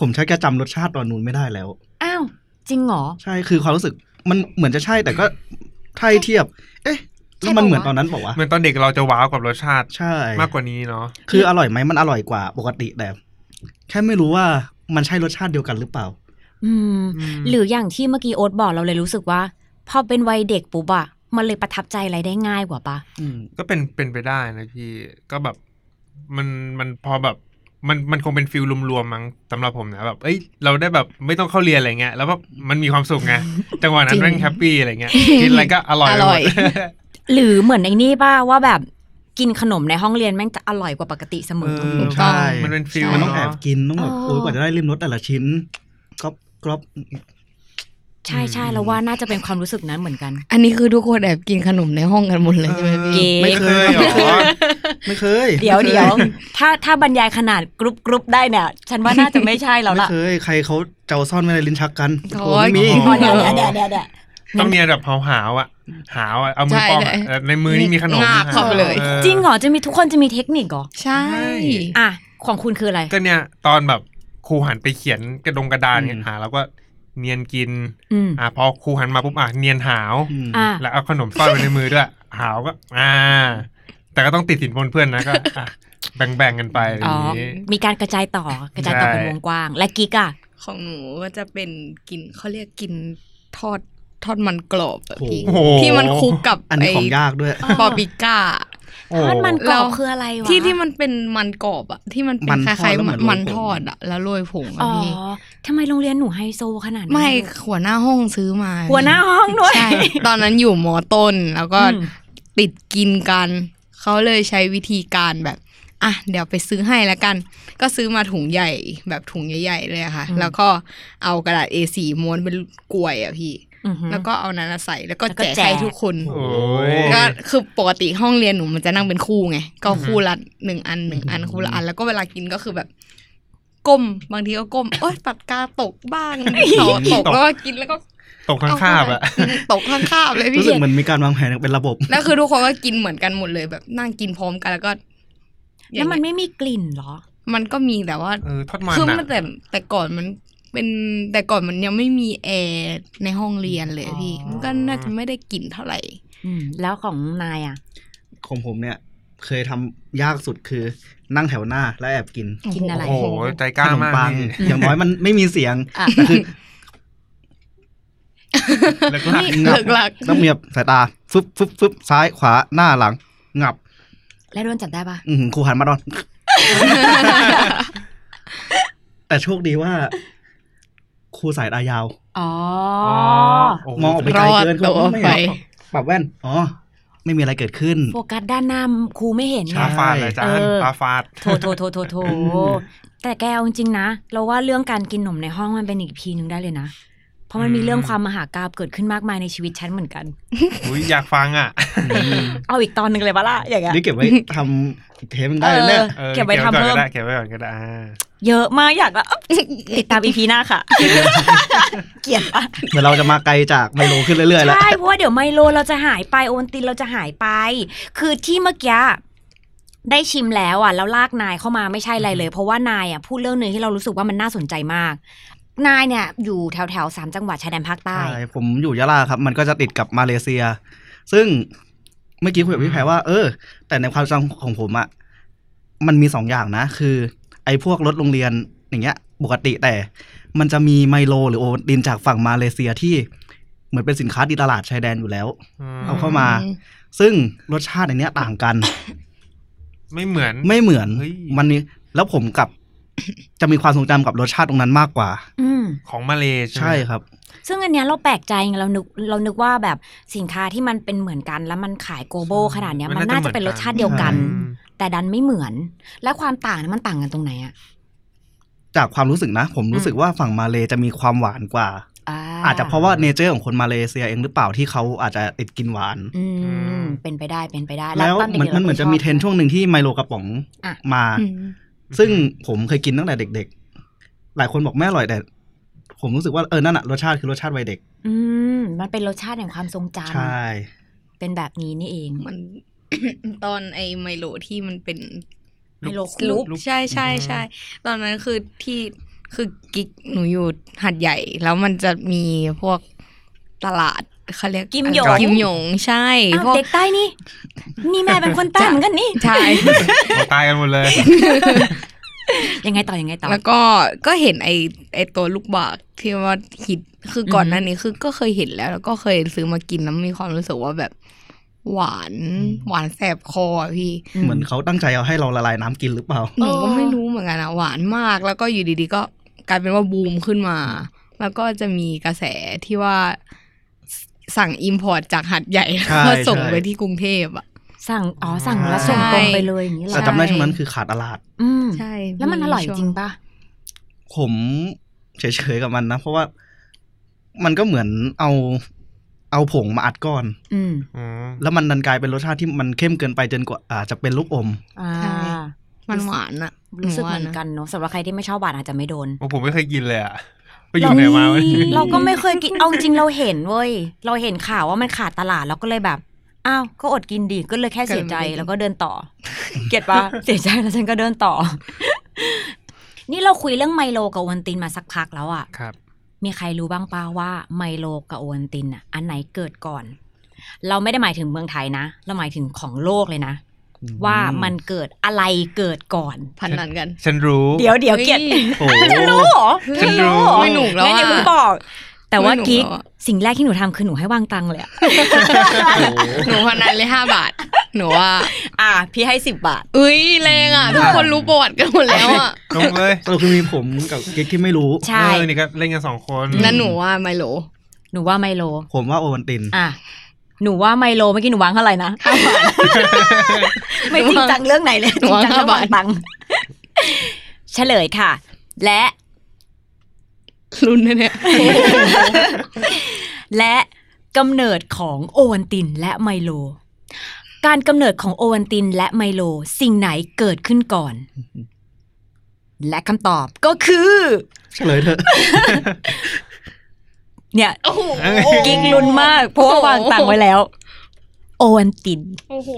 Speaker 1: ผมชักจะจำรสชาติตอนนู้นไม่ได้แล้ว
Speaker 3: อ้าว จริงเหรอ
Speaker 1: ใช่คือความรู้สึกมันเหมือนจะใช่แต่ก็ถ้าให้เทียบ เอ๊ะแล้วมันเหมือนตอนนั้นบอกว่าวะ
Speaker 4: เหมือนตอนเด็กเราจะว้าวกับรสชาติ
Speaker 1: ใช่
Speaker 4: มากกว่านี้เนาะ
Speaker 1: คืออร่อยไหมมันอร่อยกว่าปกติแต่แค่ไม่รู้ว่ามันใช่รสชาติเดียวกันหรือเปล่า
Speaker 3: อืม
Speaker 4: ม
Speaker 3: หรืออย่างที่เมื่อกี้โอ๊ตบอกเราเลยรู้สึกว่า พอเป็นวัยเด็กปุ๊บอะมันเลยประทับใจอะไรได้ง่ายกว่าปะ
Speaker 1: อืม
Speaker 4: ก็เป็นเป็นไปได้นะพี่ก็แบบมันมันพอแบบมันมันคงเป็นฟิลรวมๆมั้งสำหรับผมนะแบบเอ้ยเราได้แบบไม่ต้องเข้าเรียนอะไรเงี้ยแล้วแบบมันมีความสุข ไงจังหวะนั้
Speaker 5: จริ
Speaker 4: น
Speaker 5: ง
Speaker 4: แม่งแฮปปี้อะไรเงี้ยกินอะไรก็อร่อยไปหมด
Speaker 5: อร่อย
Speaker 3: หรือเหมือนไอ้นี่ป้าว่าแบบกินขนมในห้องเรียนแม่งจะอร่อยกว่าปกติเสม
Speaker 4: เอ
Speaker 3: อ
Speaker 4: อ
Speaker 5: ใช่
Speaker 4: มันเป็นฟิล
Speaker 1: มันต้องแอ
Speaker 4: เะ
Speaker 1: บกินต้องแบบ
Speaker 3: อ๋อ
Speaker 1: โอ้ยกว่าจะได้ริมรสแต่ละชิ้นกรอบกรอบ
Speaker 3: ใช่ใช่
Speaker 4: อืม
Speaker 3: แล้วว่าน่าจะเป็นความรู้สึกนั้นเหมือนกัน
Speaker 5: อันนี้คือทุกคนแอบกินขนมในห้องกันหมดเลยใช่ไหมพี่
Speaker 3: เย้
Speaker 1: ไม่เคย
Speaker 4: ไม่เคยเหรอ
Speaker 1: ไม่เคย
Speaker 3: เดี๋ยวเดี๋ยวถ้าถ้าบรรยายขนาดกรุบกรุบได้เนี่ยฉันว่าน่าจะไม่ใช่แล้ว
Speaker 1: ไม่
Speaker 3: ล่ะ
Speaker 1: เคย ใครเขาเจ้าซ่อนไว้ในลิ้นชักกัน
Speaker 5: โอ้ย
Speaker 1: โอ้ไม่มี
Speaker 4: อ๋อ
Speaker 3: เดี๋ยวเดี๋ยวเดี๋ยวเดี๋ยวเดี๋ยว
Speaker 4: ต้องเนียนแบบหาวๆอ่ะ หาวอ่ะ เอามือ
Speaker 5: ใช่
Speaker 4: ป้อง
Speaker 5: ใช่
Speaker 4: อะเออในมือนี่มีขนม
Speaker 5: งาบเข้าไปเลย
Speaker 4: ออ
Speaker 3: จริงเหรอจะมีทุกคนจะมีเทคนิคเหรอ
Speaker 5: ใช่
Speaker 3: อ่ะของคุณคืออะไร
Speaker 4: ก็เนี่ย ตอนแบบครูหันไปเขียนกระดงกระดานเนี่ยหาแล้วก็เนียนกิน
Speaker 3: อืม
Speaker 4: อ่ะพอครูหันมาปุ๊บอ่ะเนียนหาว
Speaker 1: อืม
Speaker 3: อ่ะ
Speaker 4: แล้วเอาขนมซ่อนไว้ในมือด้วย หาวก็ อ่า แต่ก็ต้องติดสินบนเพื่อนนะก็อ่ะแบ่งๆกันไปอะไรอ
Speaker 3: อ๋อย่าง
Speaker 4: นี้
Speaker 3: มีการกระจายต่อกระจายต่อเป็นวงกว้าง และกิ๊กอะ
Speaker 5: ของหนูก็จะเป็นกินเขาเรียกกินทอดทอดมันกรอบอะพี่
Speaker 4: โอ้โห
Speaker 5: ที่มันคลุกกับ
Speaker 1: อันนี้ของยากด้วย
Speaker 5: ปอปิก้า
Speaker 4: โอ้
Speaker 3: ทอดมันกรอบ
Speaker 5: เรา
Speaker 3: คืออะไรวะ
Speaker 5: ที่ที่มันเป็นมันกรอบอะที่มันเป็
Speaker 1: มัน น
Speaker 5: ค
Speaker 1: ทอด
Speaker 5: ล้าย
Speaker 1: แล้วเหมือน
Speaker 5: ๆมัน
Speaker 1: โรยผง
Speaker 5: ทอดอะแล้วโรยผงอะ
Speaker 3: อ๋อ
Speaker 5: พี่
Speaker 3: ทำไมโรงเรียนหนูไฮโซขนาดนั้น
Speaker 5: ไม่
Speaker 3: ลูก
Speaker 5: หัวหน้าห้องซื้อมา
Speaker 3: หัวหน้าห้องด้วย
Speaker 5: ใช่ตอนนั้นอยู่มอต้นแล้วก็
Speaker 3: อืม
Speaker 5: ติดกินกัน เขาเลยใช้วิธีการแบบ อ่ะ เดี๋ยวไปซื้อให้แล้วกัน ก็ซื้อมาถุงใหญ่แบบถุงใหญ่ๆเลยอะค่ะ
Speaker 3: อืม
Speaker 5: แล้วก็เอากระดาษ A4 ม้วนเป็นกลวยอะพี่
Speaker 3: อือหือ
Speaker 5: แล้วก็เอานั้นอะใส่แล้วก็
Speaker 3: แล้วก็
Speaker 5: แจก
Speaker 3: แจก
Speaker 5: ให้ทุกคน
Speaker 4: โอ้
Speaker 1: อ้
Speaker 5: ก็
Speaker 4: ย
Speaker 5: คือปกติห้องเรียนหนูมันจะนั่งเป็นคู่ไง ก็
Speaker 4: อือฮึ
Speaker 5: คู่ละหนึ่งอันหนึ่งอันคู่ละอัน แล้วก็เวลากินก็คือแบบ ก้มบางทีก็ก้มโอ๊ยปากกาตก บ้างเสาตกแล้วก็กินแล้วก็
Speaker 4: ตกข้างคาบอ่ะ
Speaker 5: เาขึ้นมาตกข้างคาบเลยพี่
Speaker 1: รู้สึกเหมันมีการวางแผนอย่างเป็นระบบ
Speaker 5: แล้วคือทุกคนก็กินเหมือนกันหมดเลยแบบนั่งกินพร้อมกันแล้วก็อ
Speaker 3: แล้
Speaker 5: ย่าง
Speaker 3: วมัน
Speaker 5: เงี้ย
Speaker 3: ไม่มีกลิ่นเหรอ
Speaker 5: มันก็มีแต่ว่า
Speaker 4: เออทอดมัน
Speaker 5: คือ
Speaker 4: อ่ะ
Speaker 5: มันแต่แต่ก่อนมันเป็นแต่ก่อนมันยังไม่มีแอร์ในห้องเรียนเลยพี่
Speaker 3: อ๋อ
Speaker 5: มันก็น่าจะไม่ได้กลิ่นเท่าไหร่
Speaker 3: อืมแล้วของนายอ่ะ
Speaker 1: ของผมเนี่ย เคยทำยากสุดคือนั่งแถวหน้าแล้วแอบกิน
Speaker 3: กินอะไร
Speaker 4: โอ้โหใจกล้า
Speaker 1: ขนม
Speaker 4: มาก
Speaker 1: ปัง
Speaker 4: พี่
Speaker 1: อย่างน้อยมันไม่มีเสียง
Speaker 5: อ่ะ
Speaker 1: แต่คือ
Speaker 4: แล้วก็
Speaker 5: นี่เลิกหลัก
Speaker 1: ต้องมีแบบสายตาฟึบฟึบฟึบซ้ายขวาหน้าหลัง งับ
Speaker 3: แล้วโดนจับได้ปะ
Speaker 1: อือหือครูหันมาดอน แต่โชคดีว่า ครูสายตายาว
Speaker 3: อ๋อ
Speaker 1: มองออกไปไกลเกิน
Speaker 5: รอดตัว
Speaker 1: ไม่
Speaker 5: ไป
Speaker 1: เห็นหรอกปรับแว่น อ๋อ ไม่มีอะไรเกิดขึ้น
Speaker 3: โฟกัสด้านหน้าครูไม่เห็นไง
Speaker 4: ตาฟาดเลยจาน
Speaker 3: เออ
Speaker 4: ตาฟาด
Speaker 3: โถโถโถโถโถ
Speaker 1: อืม
Speaker 3: แต่แกเอาจริงๆนะ เราว่าเรื่องการกินนมในห้องมันเป็นอีกพีหนึ่งได้เลยนะ เพราะมันมี
Speaker 4: อืม
Speaker 3: เรื่องความมหากาบเกิดขึ้นมากมายในชีวิตฉันเหมือนกัน
Speaker 4: อุ้ยอยากฟังอ่ะ
Speaker 3: เอาอีกตอนหนึ่งเลยปะล่ะอย่างเงี้ย
Speaker 1: นี่เก็บไว้ทำเทปมันได้เลยเนี่ย
Speaker 4: ออ
Speaker 3: เก็บไว้ทำเพิ่ม
Speaker 4: ก็ได้เก็บไว้ก่อนก็ได้อ่า
Speaker 3: เยอะมากอยากอะอ๊ะติดตามอีพีหน้าค่ะ เกลียดปะ
Speaker 1: เหมือนเราจะมาไกลจากไมโลขึ้นเรื่อยๆแล้ว
Speaker 3: ใช่เพราะว่าเดี๋ยวไมโลเราจะหายไปโอวัลตินเราจะหายไป คือที่เมื่อกี้ได้ชิมแล้วอ่ะแล้วลากนายเข้ามาไม่ใช่อะไรเลย เพราะว่านายอ่ะพูดเรื่องหนึ่งที่เรารู้สึกว่ามันน่าสนใจมาก นายเนี่ย อยู่แถวแถวๆสามจังหวัดชายแดนภาคใต้
Speaker 1: ใช่ ผมอยู่ยะลาครับ มันก็จะติดกับมาเลเซีย ซึ่งเมื่อกี้คุยกับพี่แพรว่า เออ แต่ในความจำของผมอะมันมีสองอย่างนะ คือ ไอ้พวกรถโรงเรียนอย่างเงี้ยปกติแต่ มันจะมีไมโลหรือโอวัลตินจากฝั่งมาเลเซียที่เหมือนเป็นสินค้าดีตลาดชายแดนอยู่แล้ว เอาเข้ามา
Speaker 5: อืม
Speaker 1: ซึ่งรสชาติอันเนี้ยต่างกัน
Speaker 4: ไม่เหมือน
Speaker 1: ไม่เหมือน
Speaker 4: เฮ้ย
Speaker 1: มันนี่แล้วผมกับ จะมีความทรงจำกับรสชาติตรงนั้นมากกว่า
Speaker 3: อืม
Speaker 4: ของมาเลใช่ไหม
Speaker 1: ใช่ครับ
Speaker 3: ซึ่งอันเนี้ยเราแปลกใจไงเรานึกเรานึกว่าแบบสินค้าที่มันเป็นเหมือนกัน แล้วมันขายโกโบขนาดเนี้ย มันน่าจะเป็นรสชาติเดียวกัน
Speaker 1: อื
Speaker 4: ม
Speaker 3: แต่ดันไม่เหมือน และความต่างเนี่ยมันต่างกันตรงไหนอะ
Speaker 1: จากความรู้สึกนะ ผมรู้สึกว่าฝั่งมาเลจะมีความหวานกว่า อาจจะเพราะว่าเนเจอร์ของคนมาเลเซียเองหรือเปล่าที่เขาอาจจะติดกินหวาน
Speaker 3: อื
Speaker 4: อื
Speaker 3: ม
Speaker 4: ม
Speaker 3: เป็นไปได้เป็นไปได้
Speaker 1: แล้ว
Speaker 3: ตอด็ก
Speaker 1: มัน
Speaker 3: ๆรา
Speaker 1: มันเหมือน
Speaker 3: ก็
Speaker 1: จะมีเทรนด์
Speaker 3: ช
Speaker 1: ช่
Speaker 3: อบ
Speaker 1: วงหนึ่งที่ไมโลกระป๋อง
Speaker 3: อ่ะ
Speaker 1: มา
Speaker 5: อืม
Speaker 1: ซึ่งผมเคยกินตั้งแต่เด็ก ๆ หลายคนบอกไม่อร่อยแต่ ผมรู้สึกว่าเออนั่นอะรสชาติคือรสชาติวัยเด็ก
Speaker 3: อืมมันเป็นรสชาติแห่งความทรงจ
Speaker 1: ใช่
Speaker 3: ำเป็นแบบนี้นี่เอง
Speaker 5: มัน ตอนไอไมโลที่มันเป็น
Speaker 3: ไมโลค
Speaker 5: ลู
Speaker 3: ลุ
Speaker 5: ก
Speaker 3: ก
Speaker 5: ใช่ใช่ใช่ตอนนั้นคือที่คือกิ๊กหนูอยู่หัดใหญ่ แล้วมันจะมีพวกตลาดเขาเรียก
Speaker 3: กิมหยง
Speaker 5: กิมหยงใช่
Speaker 3: อ้าว
Speaker 5: พวก
Speaker 3: เด็กใต้นี่ นี่แม่เป็นคนใต้
Speaker 5: จ้ะ
Speaker 3: เหมือนกันนี่
Speaker 5: ใช่
Speaker 4: ตายกันหมดเลย
Speaker 3: ยังไงต่อยังไงต่อ
Speaker 5: แล้วก็ก็เห็นไอไอตัวลูกบากที่ว่าฮิตคือก่อน
Speaker 3: อือฮึ
Speaker 5: หน้านี้คือก็เคยเห็นแล้ว แล้วก็เคยซื้อมากินแล้วมีความรู้สึกว่าแบบหวาน หวานแสบคออะพี่
Speaker 1: เหมือนเขาตั้งใจเอาให้เราละลายน้ำกินหรือเปล่า
Speaker 5: หนูก็ไม่รู้เหมือนกันอะหวานมาก แล้วก็อยู่ดีๆ ก็กลายเป็นว่าบูมขึ้นมา แล้วก็จะมีกระแสที่ว่าสสั่งอิมพอร์ตจากหัดใหญ่
Speaker 1: ใช่
Speaker 5: แล้วก็ส่ง
Speaker 1: ใช่
Speaker 5: ไปที่กรุงเทพอะ
Speaker 3: สั่งอ๋อสั่ง
Speaker 1: ใช่
Speaker 3: แล้วส่งตรงไปเลยอย่างนี้เหร
Speaker 1: แต่
Speaker 3: อ
Speaker 1: จำได้ช่วงนั้นคือขาดตลาด
Speaker 3: อืม
Speaker 5: ใช่
Speaker 3: แล้วมันอร่อยจริงปะ
Speaker 1: ผมเฉยๆกับมันนะ เพราะว่ามันก็เหมือนเอาเอาผงมาอัดก้อน
Speaker 3: อืม
Speaker 4: อืม
Speaker 1: แล้วมันดันกลายเป็นรสชาติที่มันเข้มเกินไปจนกว่าอาจจะเป็นลูกอม
Speaker 3: อ่า
Speaker 5: มันหวานอะ
Speaker 3: รู้สึกเหมือ
Speaker 5: ว่าะ
Speaker 3: นกันเนอะสำหรับใครที่ไม่ชอบหวานอาจจะไม่โดน
Speaker 4: โอ้ผมไม่เคยกินเลยอ่ะไปอยู่ไหนมาวะเนี่ย
Speaker 3: เราก็ไม่เคยกิน เอาจริงเราเห็นเว้ย เราเห็นข่าวว่ามันขาดตลาดเราก็เลยแบบ อ้าว ก็อดกินดีก็เลยแค่เสียใจ
Speaker 5: ก็เลยไม่ได้กิน
Speaker 3: แล้วก็เดินต่อ เก็ตปะ เสียใจแล้วฉันก็เดินต่อ นี่เราคุยเรื่องไมโลกับโอวัลตินมาสักพักแล้วอะ
Speaker 4: ครับ
Speaker 3: มีใครรู้บ้างป้าว่าไมโลกับโอวัลตินอะอันไหนเกิดก่อน เราไม่ได้หมายถึงเมืองไทยนะ เราหมายถึงของโลกเลยนะ ว่ามันเกิดอะไรเกิดก่อน
Speaker 5: พันนั้นกัน
Speaker 4: ฉันรู้
Speaker 3: เดี๋ยวเดี๋ยวเกียรติ
Speaker 1: โอ้โห
Speaker 3: ฉันรู้เหรอ
Speaker 4: ฉันรู้
Speaker 3: เหอ
Speaker 5: ไม่หนุกแล้วอะ
Speaker 3: งั้นอย่าเพิ่งบอก แต่ว่า
Speaker 5: ไม่หนุก
Speaker 3: กิ๊ก
Speaker 5: แล้วอะ
Speaker 3: สิ่งแรกที่หนูทำคือหนูให้วางตังค์เลยอะ
Speaker 5: หนูพันนั้นเลยห้าบาท หนูว่า
Speaker 3: อ่ะ พี่ให้สิบบาท
Speaker 5: อุ้ยแรงอ่ะ ทุกคนรู้ประวัติกันหมดแล้วอ่ะ
Speaker 4: ลงเลย
Speaker 1: สรุปคือมีผมกับเก๊กที่ไม่รู้
Speaker 3: ใช่
Speaker 4: เออนี่ก็เล่นกันสองคน
Speaker 5: งั้นหนูว่าไมโล
Speaker 3: หนูว่าไมโล
Speaker 1: ผมว่าโอวันติน
Speaker 3: อ่ะ หนูว่าไมโลเมื่อกี้หนูวางเท่าไหร่นะ ไม่จริงจังเรื่องไหนเลยจริงจังเรื่องวางตังค์เฉลยค่ะ และ
Speaker 5: รุ่นนะเนี่ย
Speaker 3: และกำเนิดของโอวันตินและไมโล การกำเนิดของโอวันตินและไมโล สิ่งไหนเกิดขึ้นก่อน และคำตอบก็คือ
Speaker 1: เฉลยเถอะ
Speaker 3: เนี่ย
Speaker 5: โอ้โห
Speaker 3: กิ๊กลุ้นมาก เพราะว่า
Speaker 5: โอ้โห
Speaker 3: วางตังค์ไว้แล้ว โอวันติน
Speaker 5: โอ้โห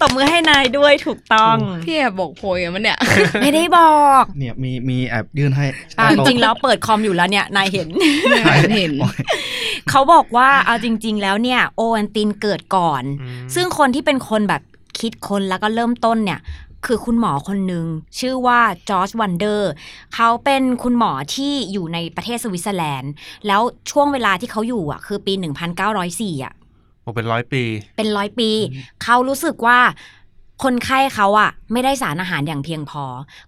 Speaker 3: ตบมือให้นายด้วยถูกต้อง
Speaker 5: พี่แอบบอกโพยอะมันเนี่ย
Speaker 3: ไม่ได้บอก
Speaker 1: เนี่ยมีมีแอบยื่นให้
Speaker 3: จริงๆแล้วเปิดคอมอยู่แล้วเนี่ยนายเห็น
Speaker 1: ใช่
Speaker 5: เห็น
Speaker 1: โอ้ย
Speaker 3: เขาบอกว่าเอาจริง ๆ แล้วเนี่ย โอวันตินเกิดก่อน
Speaker 4: อืม
Speaker 3: ซึ่งคนที่เป็นคนแบบคิดคนแล้วก็เริ่มต้นเนี่ย คือคุณหมอคนหนึ่งชื่อว่าจอร์จวันเดอร์เขาเป็นคุณหมอที่อยู่ในประเทศสวิตเซอร์แลนด์ แล้วช่วงเวลาที่เขาอยู่อ่ะคือปี 1904อ่ะ
Speaker 4: โอ้เป็นร้อยปี
Speaker 3: เป็นร้อยปี เขารู้สึกว่าคนไข้เขาอะไม่ได้สารอาหารอย่างเพียงพอ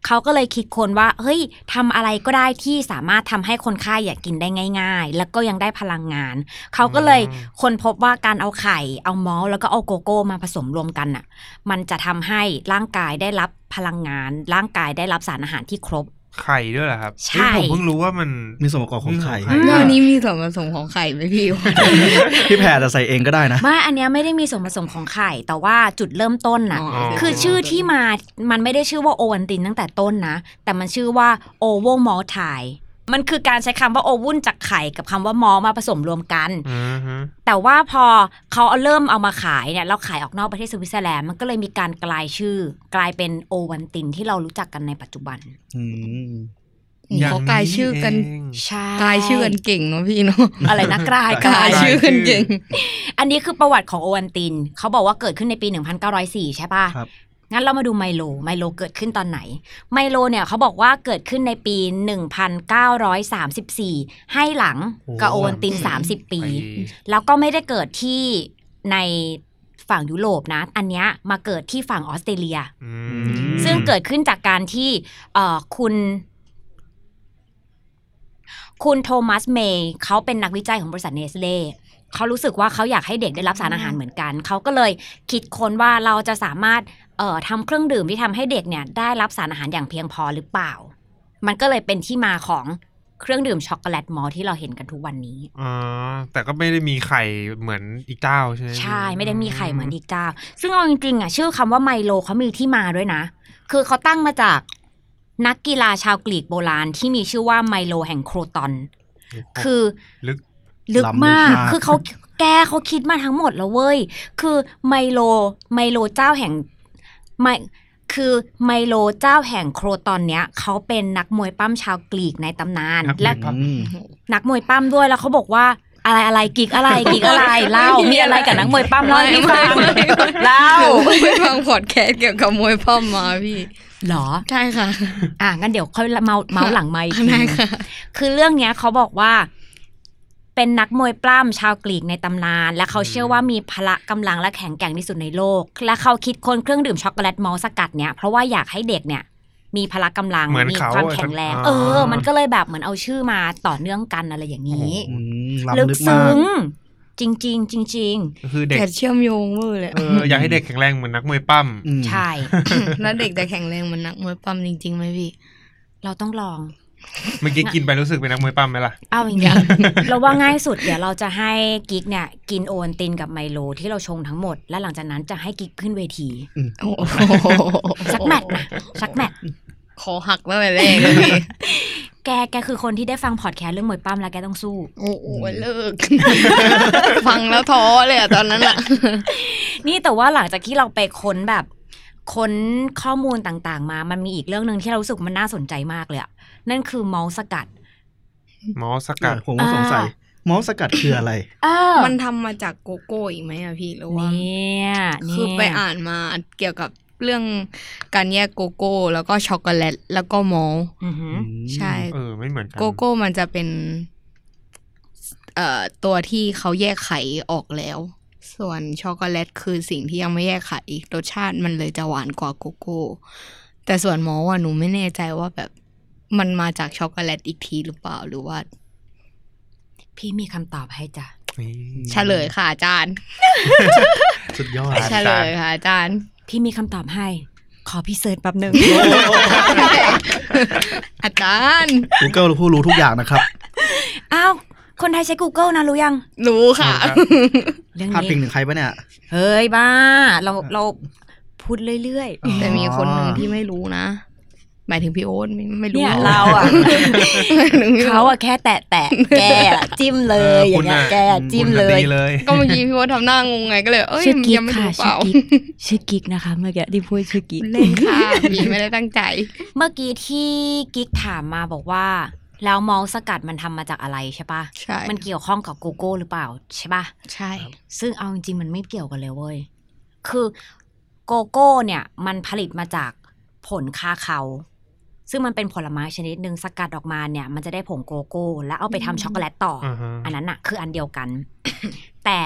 Speaker 3: เขาก็เลยคิดคนว่า เฮ้ยทำอะไรก็ได้ที่สามารถทำให้คนไข้อยากกินได้ง่าย ๆ แล้วก็ยังได้พลังงาน เขาก็เลย
Speaker 4: อืม
Speaker 3: คนพบว่าการเอาไข่ เอามอลต์แล้วก็เอาโกโก้มาผสมรวมกันอะมันจะทำให้ร่างกายได้รับพลังงาน ร่างกายได้รับสารอาหารที่ครบ
Speaker 4: ไข่ด้วยเหรอครับ
Speaker 3: ใช่
Speaker 4: เฮ้ยผมเพิ่งรู้ว่ามัน
Speaker 1: มีส่วนประกอบของไข่
Speaker 4: อืม
Speaker 5: แล้วอันนี้มีส่วนผสมของไข่ไหมพี่
Speaker 1: พี่แพรจะใส่เองก็ได้นะ
Speaker 3: ไม่อันเนี้ยไม่ได้มีส่วนผสมของไข่ แต่ว่าจุดเริ่มต้นน่ะ
Speaker 5: อ๋อ
Speaker 3: คือชื่อที่มา มันไม่ได้ชื่อว่าโอวันตินตั้งแต่ต้นนะ แต่มันชื่อว่าโอเวอร์มอลไทมันคือการใช้คำว่าโอวุ่นจากไข่กับคำว่ามอลมาผสมรวมกัน
Speaker 4: อืมฮึ
Speaker 3: แต่ว่าพอเขาเอาเริ่มเอามาขายเนี่ยเราขายออกนอกประเทศสวิตเซอร์แลนด์มันก็เลยมีการกลายชื่อ กลายเป็นโอวันตินที่เรารู้จักกันในปัจจุบัน
Speaker 1: อืม
Speaker 4: อย่ง
Speaker 5: เขากลายชื่อกัน
Speaker 4: เง
Speaker 3: ใช่
Speaker 5: กลายชื่อกันเก่งเนาะพี่เนาะ
Speaker 3: อะไรนะกลาย
Speaker 5: ก
Speaker 3: ก
Speaker 5: ลา
Speaker 3: ลาย ย
Speaker 5: ชื่อกันเก่ง
Speaker 3: อันนี้คือประวัติของโอวันติน เขาบอกว่าเกิดขึ้นในปี 1904 ใช่ป่ะ
Speaker 1: ครับ
Speaker 3: งั้นเรามาดูไมโล ไมโลเกิดขึ้นตอนไหน ไมโลเนี่ยเขาบอกว่าเกิดขึ้นในปี 1934 ให้หลังกับ
Speaker 4: โอ้
Speaker 3: โอวันติน
Speaker 5: อืม
Speaker 3: 30 ปี
Speaker 4: ไป
Speaker 3: แล้วก็ไม่ได้เกิดที่ในฝั่งยุโรปนะ อันเนี้ยมาเกิดที่ฝั่งออสเตรเลีย
Speaker 4: อืม
Speaker 3: ซึ่งเกิดขึ้นจากการที่เอ่อคุณ คุณโทมัสเมย์เขาเป็นนักวิจัยของบริษัทเนสเล่เขารู้สึกว่าเขาอยากให้เด็กได้รับสารอาหารเหมือนกัน เขาก็เลยคิดค้นว่าเราจะสามารถเอ่อทำเครื่องดื่มที่ทำให้เด็กเนี่ย ได้รับสารอาหารอย่างเพียงพอหรือเปล่า มันก็เลยเป็นที่มาของเครื่องดื่มช็อกโกแลตมอลต์ที่เราเห็นกันทุกวันนี้
Speaker 4: อ๋อแต่ก็ไม่ได้มีไข่เหมือนอีกเจ้าใช่ไหม
Speaker 3: ใช่ไม่ได้มีไข่เหมือนอีกเจ้า ซึ่งเอาจริงๆอ่ะชื่อคำว่าไมโลเขามีที่มาด้วยนะ คือเขาตั้งมาจาก นักกีฬาชาวกรีกโบราณที่มีชื่อว่าไมโลแห่งโครตอน คือ
Speaker 4: ลึก
Speaker 3: ลึก
Speaker 1: ล้ำลึก
Speaker 3: มาม
Speaker 1: าก ก
Speaker 3: คือเขาแก้เขาคิดมาทั้งหมดแล้วเว้ย คือไมโลไมโลเจ้าแห่งไมคือไมโลเจ้าแห่งโครตอนเนี้ยเขาเป็นนักมวยปั้มชาวกรีกในตำนาน
Speaker 4: นักมวย
Speaker 3: และ
Speaker 1: อืม
Speaker 3: นักมวยปั้มด้วยแล้วเขาบอกว่าอะไรอะไรกรีกอะไรกรีกอะไรเล่ามีอะไรกับนักมวยปั้มเล่าให้พี่ฟังเล่า
Speaker 5: หนูไปฟังพอดแคสต์เกี่ยวกับมวยพ่อมมาพี่
Speaker 3: เหรอ
Speaker 5: ใช่ค่ะ
Speaker 3: อ่ะงั้นเดี๋ยวค่อยเมาเมาส์หลังไมค์อีกที
Speaker 5: ได้
Speaker 3: นึง
Speaker 5: ค่ะ
Speaker 3: คือเรื่องเนี้ยเขาบอกว่า เป็นนักมวยปล้ำชาวกรีกในตำนาน และเขาเชื่อว่ามีพละกำลังและแข็งแกร่งที่สุดในโลก และเขาคิดค้นเครื่องดื่มช็อกโกแลตมอลต์สกัดเนี่ยเพราะว่าอยากให้เด็กเนี่ย มีพละกำลัง
Speaker 4: เหมือน
Speaker 3: มี
Speaker 4: เขา
Speaker 3: ความแข็งแรง
Speaker 4: อ่ะ
Speaker 3: เออ มันก็เลยแบบเหมือนเอาชื่อมาต่อเนื่องกันอะไรอย่างนี้
Speaker 1: อืมล้ำ
Speaker 3: ลึ
Speaker 1: ลึ
Speaker 3: ก
Speaker 1: กมาก
Speaker 3: ซึ้งจริงจริงๆ จริง
Speaker 4: คือเด็ก
Speaker 5: แกเชื่อมโยงเวอร์เลย
Speaker 4: เอออยากให้เด็กแข็งแรงเหมือนนักมวยปั้ม
Speaker 1: อืม
Speaker 3: ๆ ใช่
Speaker 5: แล้วเด็กจะแข็งแรงเหมันนักมวยปั้มจริงๆไหมพี่
Speaker 3: เราต้องลอง
Speaker 4: เมื่อกี้กินไปรู้สึกเป็นนักมวยปั้มไหมล่ะ
Speaker 3: เอาอย่าง นี้เราว่าง่ายสุดเดี๋ยวเราจะให้กิ๊กเนี่ย กินโอวัลตินกับไมโลที่เราชงทั้งหมด และหลังจากนั้นจะให้กิ๊กขึ้นเว ที
Speaker 5: โอ้โห
Speaker 3: สักแมทนะสักแมท
Speaker 5: ขอหักตั้งแต่แรกเลยพี่
Speaker 3: แกแกคือคนที่ได้ฟังพอดแคสต์เรื่องมวยปั้มแล้วแกต้องสู้
Speaker 5: โอ้โหเลิก ฟังแล้วท้อเลยอะตอนนั้นอะ
Speaker 3: นี่แต่ว่าหลังจากที่เราไปค้นแบบค้นข้อมูลต่างๆ มา มันมีอีกเรื่องหนึ่งที่เรารู้สึกมันน่าสนใจมากเลยอะนั่นคือเมาส์สกัด
Speaker 4: หมอสกัด
Speaker 1: ผมก็สงสัย
Speaker 3: อ่
Speaker 1: มอสสกัดคืออะไร
Speaker 3: เออ
Speaker 5: มันทำมาจากโกโก้อีกไหมอะพี่หรือว่า
Speaker 3: เนี่ย
Speaker 5: คือไปอ่านมาเกี่ยวกับเรื่องการแยกโกโก้ แล้วก็ช็อกโกแลตแล้วก็มอลต์
Speaker 3: อือหือ
Speaker 5: ใช่
Speaker 4: เออ ไม่เหมือนกัน
Speaker 5: โกโก้มันจะเป็นเอ่อตัวที่เขาแยกไขออกแล้ว ส่วนช็อกโกแลตคือสิ่งที่ยังไม่แยกไขรสชาติมันเลยจะหวานกว่าโกโก้ แต่ส่วนมอลต์อะหนูไม่แน่ใจว่าแบบมันมาจากช็อกโกแลตอีกทีหรือเปล่าหรือว่า
Speaker 3: พี่มีคำตอบให้จ้ะ
Speaker 4: นี่
Speaker 5: เฉลยค่ะอาจารย์
Speaker 1: สุดยอด
Speaker 5: เฉลยค่ะอาจารย์
Speaker 3: พี่มีคำตอบให้ ขอพี่เซิร์ชแป๊ บหนึ่ง
Speaker 5: อาจารย์
Speaker 1: Google รู้ผู้รู้ทุกอย่างนะครับ
Speaker 3: อ้าว คนไทยใช้ Google นะรู้ยัง
Speaker 5: รู้ค่ะ
Speaker 4: ครับ
Speaker 3: เรื่อง
Speaker 1: พาดพิ
Speaker 3: นี้
Speaker 1: งถึงใครปะเนี่ย
Speaker 3: เฮ้ยบ้า เราเราพูดเรื่อยๆ
Speaker 5: แต่มีคนหนึ่งที่ไม่รู้นะ หมายถึงพี่โอ๊ตไม่ไม่รู้
Speaker 3: เนี่ยเราอ่ะ
Speaker 5: หมยถึงพี่โต
Speaker 3: เขาอ่ะแค่แตะแตะแกอะจิ้มเลยอย่างเงี้ยแกอะจิ้มเลย
Speaker 4: คุณน่ะดีเลย
Speaker 5: ก็เมื่อกี้พี่โอ๊ตทำหน้างงไงก็เลย เอ้ย
Speaker 3: ชื่อกิ๊
Speaker 5: ยั
Speaker 3: ก
Speaker 5: งไม่
Speaker 3: ค่ะ
Speaker 5: รู้เป
Speaker 3: ชื่อ
Speaker 5: ล่า
Speaker 3: กิ๊กชื่อกิ๊กนะคะ เมื่อกี้ที่พูดชื่อกิ๊ก
Speaker 5: เล่นค่ะพี่ไม่ได้ตั้งใจ
Speaker 3: เมื่อกี้ที่กิ๊กถามมาบอกว่า แล้วมอลสกัดมันทำมาจากอะไรใช่ปะ
Speaker 5: ใช่
Speaker 3: มันเกี่ยวข้องกับโกโก้หรือเปล่าใช่ปะ
Speaker 5: ใช่
Speaker 3: ซึ่งเอาจริงๆมันไม่เกี่ยวกันเลยเว้ยคือโกโก้เนี่ยมันผลิตมาจากผลคาเขา ซึ่งมันเป็นผลไม้ชนิดหนึ่งสกัดออกมาเนี่ย มันจะได้ผงโกโก้ แล้วเอาไปทำช็อกโกแลตต่ออ
Speaker 4: อ่าฮะ
Speaker 3: อันนั้นน่ะคืออันเดียวกัน แต่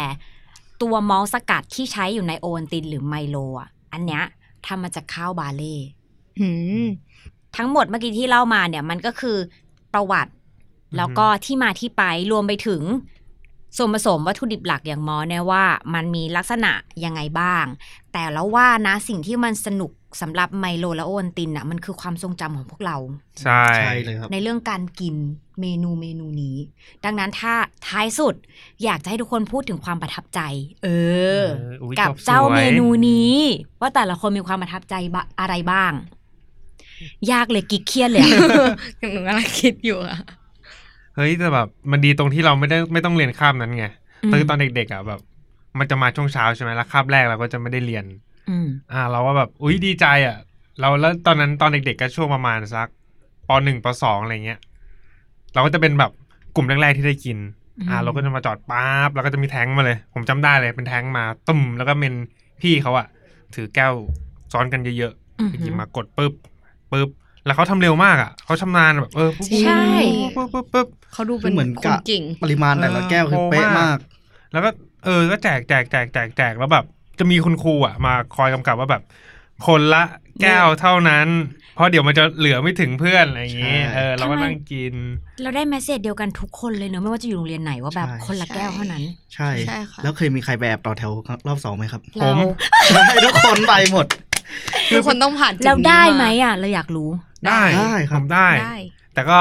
Speaker 3: ตัวมอลต์สกัดที่ใช้อยู่ในโอวัลตินหรือไมโลอ่ะ อันเนี้ยทำมาจากข้าวบาเล่
Speaker 5: หืม
Speaker 3: ทั้งหมดเมื่อกี้ที่เล่ามาเนี่ยมันก็คือประวัติ แล้วก็ที่มาที่ไปรวมไปถึงส่วนผสมวัตถุดิบหลักอย่างมอลต์เนี่ยว่า มันมีลักษณะยังไงบ้าง แต่แล้วว่านะสิ่งที่มันสนุกสำหรับไมโลและโอวัลตินอ่ะมันคือความทรงจำของพวกเรา
Speaker 4: ใช่
Speaker 1: ใช่เลยครับ
Speaker 3: ในเรื่องการกินเมนูเมนูนี้ ดังนั้นถ้าท้ายสุดอยากจะให้ทุกคนพูดถึงความประทับใจ เอ
Speaker 4: เอ
Speaker 3: อ
Speaker 4: ออุ๊ย
Speaker 3: กับ
Speaker 4: ชอบสวย
Speaker 3: เจ้าเมนูนี้ ว่าแต่ละคนมีความประทับใจบะอะไรบ้าง ยากเลยกิกเครียดเลยอะ
Speaker 5: หนูกำลังคิดอยู่อะ
Speaker 4: เฮ้ยแต่แบบมันดีตรงที่เราไม่ได้ไม่ต้องเรียนคาบนั้นไงคือตอนเด็กๆอ่ะแบบ มันจะมาช่วงเช้าใช่ไหมแล้วคาบแรกเราก็จะไม่ได้เรียน
Speaker 3: อืม
Speaker 4: อ่า เราว่าแบบอุ้ยดีใจอ่ะ เราแล้วตอนนั้นตอนเด็กๆก็ช่วงประมาณสักปหนึ่งปสองอะไรเงี้ยเราก็จะเป็นแบบกลุ่มแรกๆที่ได้กิน อ่า เราก็จะมาจอดป๊าบแล้วก็จะมีแท้งมาเลย ผมจำได้เลยเป็นแท้งมาตุ่มแล้วก็เป็นพี่เขาอ่ะ ถือแก้วซ้อนกันเยอะ
Speaker 3: อืม
Speaker 4: ๆหยิบมากดปุ๊บปุ๊บแล้วเขาทำเร็วมากอ่ะเขาชำนาญแบบเออปุ๊บปุ๊บ
Speaker 3: ใช่
Speaker 4: ปุ๊บปุ๊บปุ๊บ
Speaker 5: เขาดูเป็น
Speaker 1: เหมือน
Speaker 5: ค
Speaker 1: กะ
Speaker 5: นเก่ง
Speaker 1: ปริมาณแต่ละแก้วคือเป๊ะมาก
Speaker 4: แล้วก็เออ ก็แจกแจกแจกแจกแจกแล้วแบบ จะมีคุณครูอ่ะ มาคอยกำกับว่าแบบ คนละแก้วเท่านั้น เพราะเดี๋ยวมันจะเหลือไม่ถึงเพื่อนอะไรอย่างงี้
Speaker 1: ใช่
Speaker 4: เออ เราก็
Speaker 3: ทำไม
Speaker 4: นั่งกิน
Speaker 3: เราได้แมสเซจเดียวกันทุกคนเลยเนอะไม่ว่าจะอยู่โรงเรียนไหนว่าแบบ
Speaker 1: ใช่
Speaker 3: คนละแก้วเท่านั้น
Speaker 1: ใช่
Speaker 5: ใช่ค่ะ
Speaker 1: แล้วเคยมีใครไปแอบต่อแถวรอบสองไหมครับ
Speaker 4: ผ
Speaker 3: เรา
Speaker 4: ม
Speaker 1: ใช่ทุกคนไปหมด
Speaker 5: ทุกคนต้องผ่านจุ
Speaker 3: แล้ว
Speaker 5: นี้
Speaker 3: ได้ไหมา อ่ะ เราอยากรู้
Speaker 4: ได้
Speaker 1: ได้ครับ
Speaker 4: ผมได้
Speaker 5: ได้
Speaker 4: แต่ก็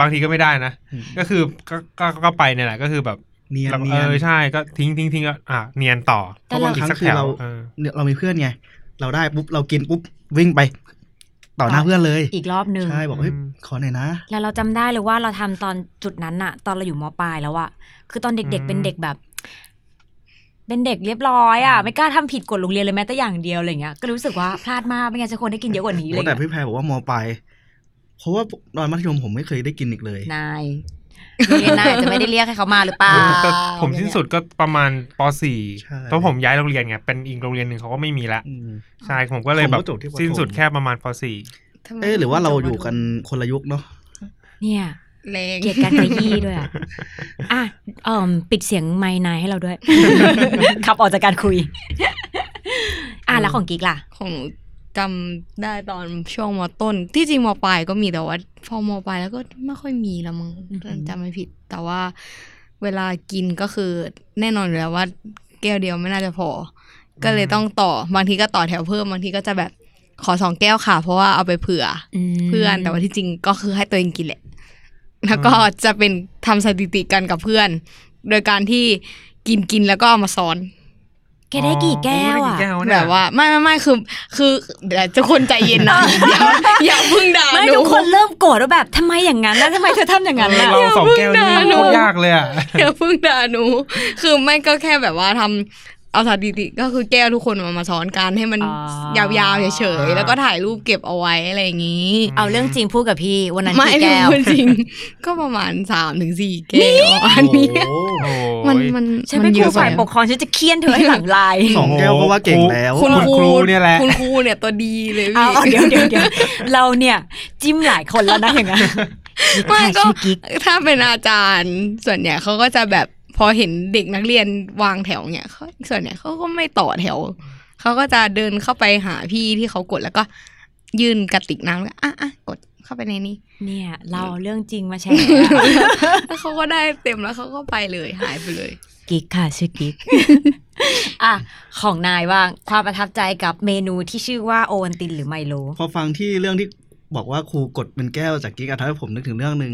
Speaker 4: บางทีก็ไม่ได้นะ
Speaker 1: อืม
Speaker 4: ก็คือก็ก็ก็ก็ไปเนี่ยแหละ ก็คือแบบ
Speaker 1: เนียน
Speaker 4: เรา
Speaker 1: เนี
Speaker 4: เอยอ
Speaker 1: น
Speaker 4: ใช่ ก็ทิ้งทิ้งทิ้งก็อ่ะ เนียนต่อ
Speaker 1: เพราะบางครั้งคือเรา
Speaker 4: เออ
Speaker 1: เนี่ยเรามีเพื่อนไง เราได้ปุ๊บเรากินปุ๊บวิ่งไป ต่อหน้าเพื่อนเลย
Speaker 3: อีกรอบหนึ่ง
Speaker 1: ใช่ บอกเฮ้ย
Speaker 4: อืม
Speaker 1: ขอหน่อยนะ
Speaker 3: แล้วเราจำได้เลยว่าเราทำตอนจุดนั้นน่ะ ตอนเราอยู่มปลายแล้วอะคือตอนเด็ก
Speaker 4: อืม
Speaker 3: ๆ เป็นเด็กแบบ เป็นเด็กเรียบร้อยอะไม่กล้าทำผิดกฎโรงเรียนเลยแม้แต่อย่างเดียวอะไรเงี้ยก็รู้สึกว่าพลาดมากไม่งั้นจะควรได้กินเยอะกว่านี้เล
Speaker 1: โอ้
Speaker 3: ย
Speaker 1: แต่พี่แพรบอกว่ามอปลายเพราะว่าตอนมัธยมผมไม่เคยได้กินอีกเลย
Speaker 3: นายโรงเรียนนายอาจจะไม่ได้เรียกให้เขามาหรือเปล่า
Speaker 4: แต่ผมสิ้นสุดก็ประมาณป
Speaker 1: ใช่
Speaker 4: .4 เพราะผมย้ายโรงเรียนไงเป็นอีกโรงเรียนหนึ่งเขาก็ไม่มีละ
Speaker 1: อืม
Speaker 4: ใช่ผมก็เลย
Speaker 1: ผม
Speaker 4: แบ
Speaker 1: ก็
Speaker 4: บ
Speaker 1: จบที่ประถม
Speaker 4: สิ้นสุดแค่ประมาณป
Speaker 1: เอ๊ะหรือว่าเราอยู่กันคนละยุคเนาะ
Speaker 3: เนี่ย
Speaker 5: แรง
Speaker 3: เกลียดการขยี้ด้วยอะอ่ะเอ่มปิดเสียงไมค์นายให้เราด้วย ขับออกจากการคุย อ่ะแล้วของกิ๊กล่ะ
Speaker 5: ของหนูจำได้ตอนช่วงมต้น ที่จริงมปลายก็มีแต่ว่า พอมปลายแล้วก็ไม่ค่อยมีละมั้ง
Speaker 3: อือหือ
Speaker 5: จำไม่ผิด แต่ว่าเวลากินก็คือแน่นอนอยู่แล้วว่า แก้วเดียวไม่น่าจะพอ ก็เลยต้องต่อบางทีก็ต่อแถวเพิ่มบางทีก็จะแบบขอสองแก้วค่ะ เพราะว่าเอาไปเผื่อ
Speaker 3: ม
Speaker 5: เพื่อนแต่ว่าที่จริงก็คือให้ตัวเองกินแหละ แล้วก็
Speaker 4: อ่า
Speaker 5: จะเป็นทำสถิติกันกับเพื่อน โดยการที่กินกินแล้วก็เอามาซ้อน
Speaker 3: แกได้กี่แก้ว
Speaker 4: ได้
Speaker 3: อ่ะ
Speaker 4: กี่แก้วเนี่ย
Speaker 5: แบบว่าไม่ไม่ไม่คือ คือเดี๋ยวทุกคนใจเย็นนะ อย่าอย่าเพึ่งด่า
Speaker 3: ไม่
Speaker 5: หนู
Speaker 3: ทุกคนเริ่มโกรธว่าแบบทำไมอย่างนั้นนะทำไมเธอทำอย่างนั้น
Speaker 4: เออ
Speaker 3: ล่ะ
Speaker 4: เราสองแก้วนี่
Speaker 5: อย่าเพิ่ง
Speaker 4: โค
Speaker 5: ด่าหนู
Speaker 4: ตรยากเลยอ่ะ
Speaker 5: อย่าเพึ่งด่าหนู คือไม่ก็แค่แบบว่าทำเอาสถิติก็คือแก้วทุกคนเอามาซ้อนกันให้มัน
Speaker 3: อ๋
Speaker 5: ยา
Speaker 3: อ
Speaker 5: วๆเฉยๆแล้วก็ถ่ายรูปเก็บเอาไว้อะไรอย่างนี้
Speaker 3: เอาเรื่องจริงพูดกับพี่วันนั้น
Speaker 5: ไม่
Speaker 3: กี่
Speaker 5: เป็
Speaker 3: แก้ว
Speaker 5: นจริง ก็ประมาณสามถึงสี่แก้วอันเนี้ย
Speaker 1: โอ้โห
Speaker 4: โอ้ย
Speaker 5: มันมัน
Speaker 3: ฉันเป็นครูฝ่ายปกครองฉันจะเคี่ยนเธอให้หลังลาย
Speaker 1: สองแก้วก็ว่าเก่งแล้ว
Speaker 4: คุณครูเนี่ยแหละ
Speaker 5: คุณครูเนี่ยตัวดีเลย
Speaker 3: เอา
Speaker 5: พี่
Speaker 3: เอาเดี๋ยวเดี๋ยวเดี๋ยวเราเนี่ย จิ้มหลายคนแล้วนะอย่างนั้น
Speaker 5: ไม่ก็
Speaker 3: ชื่อกิ๊ก
Speaker 5: ถ้าเป็นอาจารย์ ส่วนใหญ่เขาก็จะแบบพอเห็นเด็กนักเรียนวางแถวเนี่ยเขาส่วนใหญ่เขาก็ไม่ต่อแถวเขาก็จะเดินเข้าไปหาพี่ที่เขากดแล้วก็ ยื่นกระติกน้ำแล้วอ่ะอ่ะกดเข้าไปในนี้
Speaker 3: เนี่ย เราเอาเรื่องจริงมาแชร์
Speaker 5: แล้วเขาก็ได้เต็มแล้วเขาก็ไปเลยหายไปเลย
Speaker 3: กิ๊กค่ะชื่อกิ๊กอ่ะของนายบ้างความประทับใจกับเมนูที่ชื่อว่าโอวันตินหรือไมโล
Speaker 1: พอฟังที่เรื่องที่บอกว่าครูกดเป็นแก้วจากกิ๊กอะทำให้ผมนึกถึงเรื่องหนึ่ง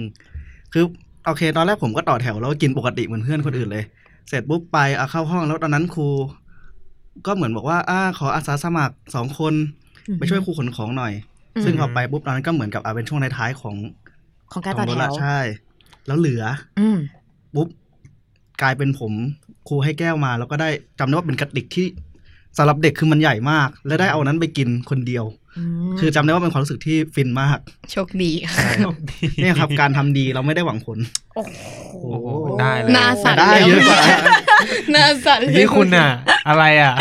Speaker 1: คือโอเค ตอนแรกผมก็ต่อแถวแล้วก็กินปกติเหมือนเพื่อนคนอื่นเลย เสร็จปุ๊บไปเอาเข้าห้องแล้วตอนนั้นครู ก็เหมือนบอกว่าอ่าขออาสาสมัครสองคน
Speaker 3: อือฮึ
Speaker 1: ไปช่วยครูขนของหน่อย
Speaker 3: อืม
Speaker 1: ซึ่งพอไปปุ๊บตอนนั้นก็เหมือนกับอาเป็นช่วงท้ายๆของ
Speaker 3: ของการต่อ
Speaker 1: ข
Speaker 3: แถ
Speaker 1: งรถละ
Speaker 3: ว
Speaker 1: ใช่ แล้วเหลือ
Speaker 3: อืม
Speaker 1: ปุ๊บกลายเป็นผมครูให้แก้วมา แล้วก็ได้จำได้ว่าเป็นกระติกที่สำหรับเด็กคือมันใหญ่มาก และได้เอานั้นไปกินคนเดียว
Speaker 3: ม
Speaker 1: คือจำได้ว่าเป็นความรู้สึกที่ฟินมาก
Speaker 5: โชคดี
Speaker 1: เนี่ย ครับ การทำดีเราไม่ได้หวังผล
Speaker 4: โอ้โหได้เลย
Speaker 5: หน้าสั่น
Speaker 1: ได้
Speaker 5: แล้ว
Speaker 1: เยอะกว่า
Speaker 5: หน้าสั่นเลย
Speaker 4: นี่คุณอ่ะ อะไรอ่ะ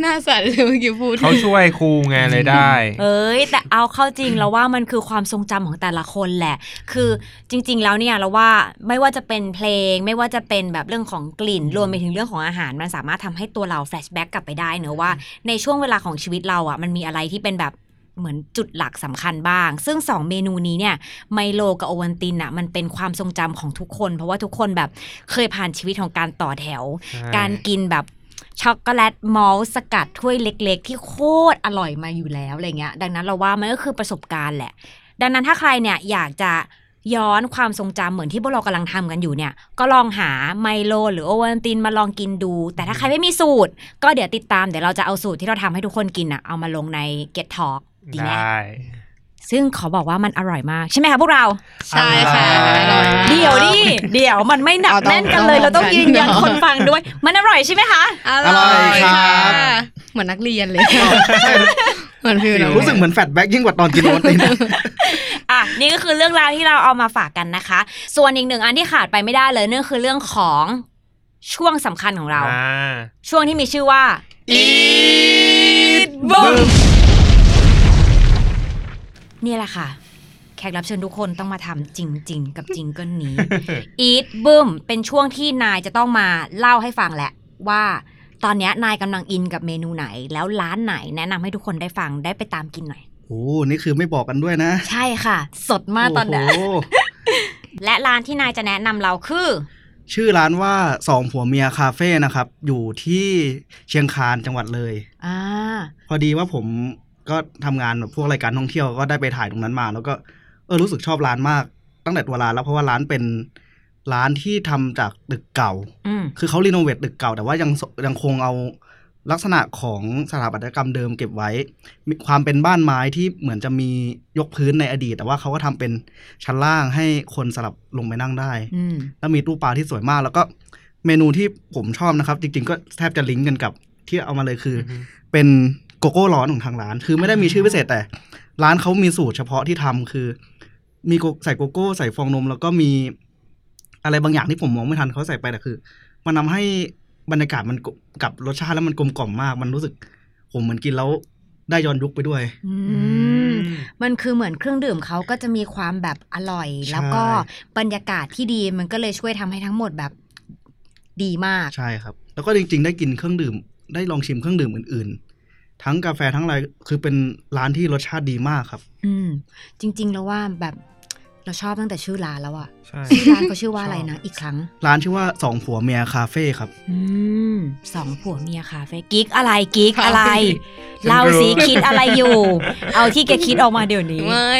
Speaker 5: หน้าสั่นเลยเมื่อกี้พูด
Speaker 4: เขาช่วยครูไงเลยได้
Speaker 3: เอ้ยแต่เอาเข้าจริง แล้วว่ามันคือความทรงจำของแต่ละคนแหละ คือจริง ๆ แล้วเนี่ยเราว่าไม่ว่าจะเป็นเพลง ไม่ว่าจะเป็นแบบเรื่องของกลิ่น รวมไปถึงเรื่องของอาหาร มันสามารถทำให้ตัวเราแฟลชแบ็กกลับไปได้เนอะว่าในช่วงเวลาของชีวิตเราอ่ะมันมีอะไรที่เป็นแบบเหมือนจุดหลักสำคัญบ้าง ซึ่งสองเมนูนี้เนี่ยไมโลกับโอวันตินอ่ะมันเป็นความทรงจำของทุกคน เพราะว่าทุกคนแบบเคยผ่านชีวิตของการต่อแถว การกินแบบช็อกโกแลตมอลต์สกัดถ้วยเล็ก ๆ ที่โคตรอร่อยมาอยู่แล้วอะไรเงี้ย ดังนั้นเราว่ามันก็คือประสบการณ์แหละ ดังนั้นถ้าใครเนี่ยอยากจะย้อนความทรงจำเหมือนที่พวกเรากำลังทำกันอยู่เนี่ย ก็ลองหาไมโลหรือโอวัลตินมาลองกินดู แต่ถ้าใครไม่มีสูตร ก็เดี๋ยวติดตามเดี๋ยวเราจะเอาสูตรที่เราทำให้ทุกคนกินอะเอามาลงใน Get Talk ดี
Speaker 4: ได
Speaker 3: ไหม้ ซึ่งขอบอกว่ามันอร่อยมากใช่ไหมคะพวกเรา
Speaker 5: ใช่ค่ะอร่อยมาก
Speaker 3: เดี๋ยวดิเดี๋ยวมันไม่หนัก
Speaker 5: เอาต้อง
Speaker 3: แน่นกันเลย เราต้อง
Speaker 5: เอาต้อง
Speaker 3: ยืนยันคนฟังด้วยมันอร่อยใช่ไหมคะ
Speaker 5: อ
Speaker 1: ร่อยครับ
Speaker 5: เหมือนนักเรียนเลย เหมือนฟิล
Speaker 1: รู้สึกเหมือนแฟลชแบ็กยิ่งกว่าตอนกินโรตีนะ
Speaker 3: อ่ะนี่ก็คือเรื่องราวที่เราเอามาฝากกันนะคะ ส่วนอีกหนึ่งอันที่ขาดไปไม่ได้เลยนั่นคือเรื่องของช่วงสำคัญของเรา ช่วงที่มีชื่อว่าบึ้มนี่แหละค่ะ แขกรับเชิญทุกคนต้องมาทำจริง ๆ กับจิงเกิล นี้ อีทบึ้มเป็นช่วงที่นายจะต้องมาเล่าให้ฟังแหละว่าตอนเนี้ยนายกำลังอินกับเมนูไหน แล้วร้านไหนแนะนำให้ทุกคนได้ฟังได้ไปตามกินหน่อย
Speaker 1: โอ้โหนี่คือไม่บอกกันด้วยนะ
Speaker 3: ใช่ค่ะ สดมากตอนเนี้ย
Speaker 1: โโห
Speaker 3: และร้านที่นายจะแนะนำเราคือ
Speaker 1: ชื่อร้านว่าสองผัวเมียคาเฟ่นะครับ อยู่ที่เชียงคานจังหวัดเลย
Speaker 3: อ่า
Speaker 1: พอดีว่าผมก็ทำงานแบบพวกรายการท่องเที่ยวก็ได้ไปถ่ายตรงนั้นมา แล้วก็เออรู้สึกชอบร้านมาก ตั้งแต่ตัวร้านแล้วเพราะว่าร้านเป็นร้านที่ทำจากตึกเก่า
Speaker 3: อืม
Speaker 1: คือเขารีโนเวทตึกเก่าแต่ว่ายังยังคงเอา ลักษณะของสถาปัตยกรรมเดิมเก็บไว้ มีความเป็นบ้านไม้ที่เหมือนจะมียกพื้นในอดีต แต่ว่าเขาก็ทำเป็นชั้นล่างให้คนสลับลงไปนั่งได้
Speaker 3: อืม
Speaker 1: แล้วมีตู้ปลาที่สวยมาก แล้วก็เมนูที่ผมชอบนะครับ จริง ๆ ก็แทบจะลิงก์กันกับที่เอามาเลยคืออเป็นโกโก้ร้อนของทางร้าน คือไม่ได้มีชื่อพิเศษแต่ ร้านเขามีสูตรเฉพาะที่ทำคือ มีโกใส่โกโก้ใส่ฟองนม แล้วก็มีอะไรบางอย่างที่ผมมองไม่ทันเขาใส่ไปแต่คือ มันทำให้บรรยากาศมันกลกับรสชาติแล้วมันกลมกล่อมมาก มันรู้สึกผมเหมือนกินแล้วได้ย้อนยุคไปด้วย
Speaker 3: อื
Speaker 4: อื
Speaker 3: ม
Speaker 4: ม
Speaker 3: มันคือเหมือนเครื่องดื่มเขาก็จะมีความแบบอร่อย
Speaker 1: ใช่
Speaker 3: แล้วก็บรรยากาศที่ดีมันก็เลยช่วยทำให้ทั้งหมดแบบดีมาก
Speaker 1: ใช่ครับ แล้วก็จริง ๆ ได้กินเครื่องดื่ม ได้ลองชิมเครื่องดื่มอื่น ๆ ทั้งกาแฟทั้งอะไรคือเป็นร้านที่รสชาติดีมากครับ
Speaker 3: อืม จริง ๆ แล้วว่าแบบเราชอบตั้งแต่ชื่อร้านแล้วอะ
Speaker 4: ใช่
Speaker 3: ชื่อร้านเขาชื่อว่าอะไรนะ อีกครั้ง
Speaker 1: ร้านชื่อว่าสองผัวเมียคาเฟ่ครับ
Speaker 3: อืมสองผัวเมียคาเฟ่กิ๊กอะไรกิ๊กอะไร
Speaker 5: ใช่
Speaker 3: เล่าสิ
Speaker 4: ฉันรู้
Speaker 3: คิดอะไรอยู่ เอาที่แกคิดออกมาเดี๋ยวนี้
Speaker 5: ไม่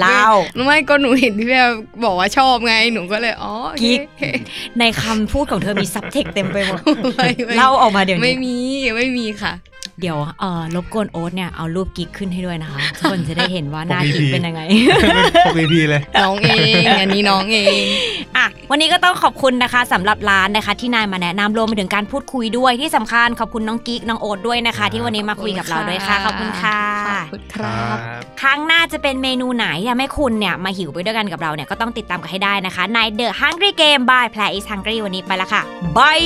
Speaker 3: เล่า
Speaker 5: ไม่ก็หนูเห็นพี่แบบบอกว่าชอบไงหนูก็เลยอ๋อโอเค
Speaker 3: กิ๊ก ในคำพูดของเธอมีซับเทคเต็มไปหมด
Speaker 5: ไม่ไม่
Speaker 3: เล่าออกมาเดี๋ยว
Speaker 5: ไม่
Speaker 3: นี้
Speaker 5: มีไม่มีค่ะ
Speaker 3: เดี๋ยวเอ่อรบกวนโอ๊ตเนี่ยเอารูปกิ๊กขึ้นให้ด้วย นะคะ ทุกคนจะได้เห็นว่าหน้า
Speaker 4: ผมมี
Speaker 3: กิ๊ก
Speaker 4: ที
Speaker 3: เป็นยังไง
Speaker 4: ปกติเลย
Speaker 5: น้องเองอันนี้น้องเอง
Speaker 3: อ่ะวันนี้ก็ต้องขอบคุณนะคะสำหรับร้านนะคะ ที่นายมาแนะนำรวมไปถึงการพูดคุยด้วยที่สำคัญขอบคุณน้องกิ๊กน้องโอ๊ตด้วยนะคะ ที่วันนี้มาคุยกับเราด้วยค่ะขอบคุณค่ะ
Speaker 5: ขอบคุณครับ
Speaker 3: ครั้งหน้าจะเป็นเมนูไหนอยากให้คุณเนี่ยมาหิวไปด้วยกันกับเราเนี่ยก็ต้องติดตามกันให้ได้นะคะใน The Hungry Game by Play is Hungry วันนี้ไปละค่ะบาย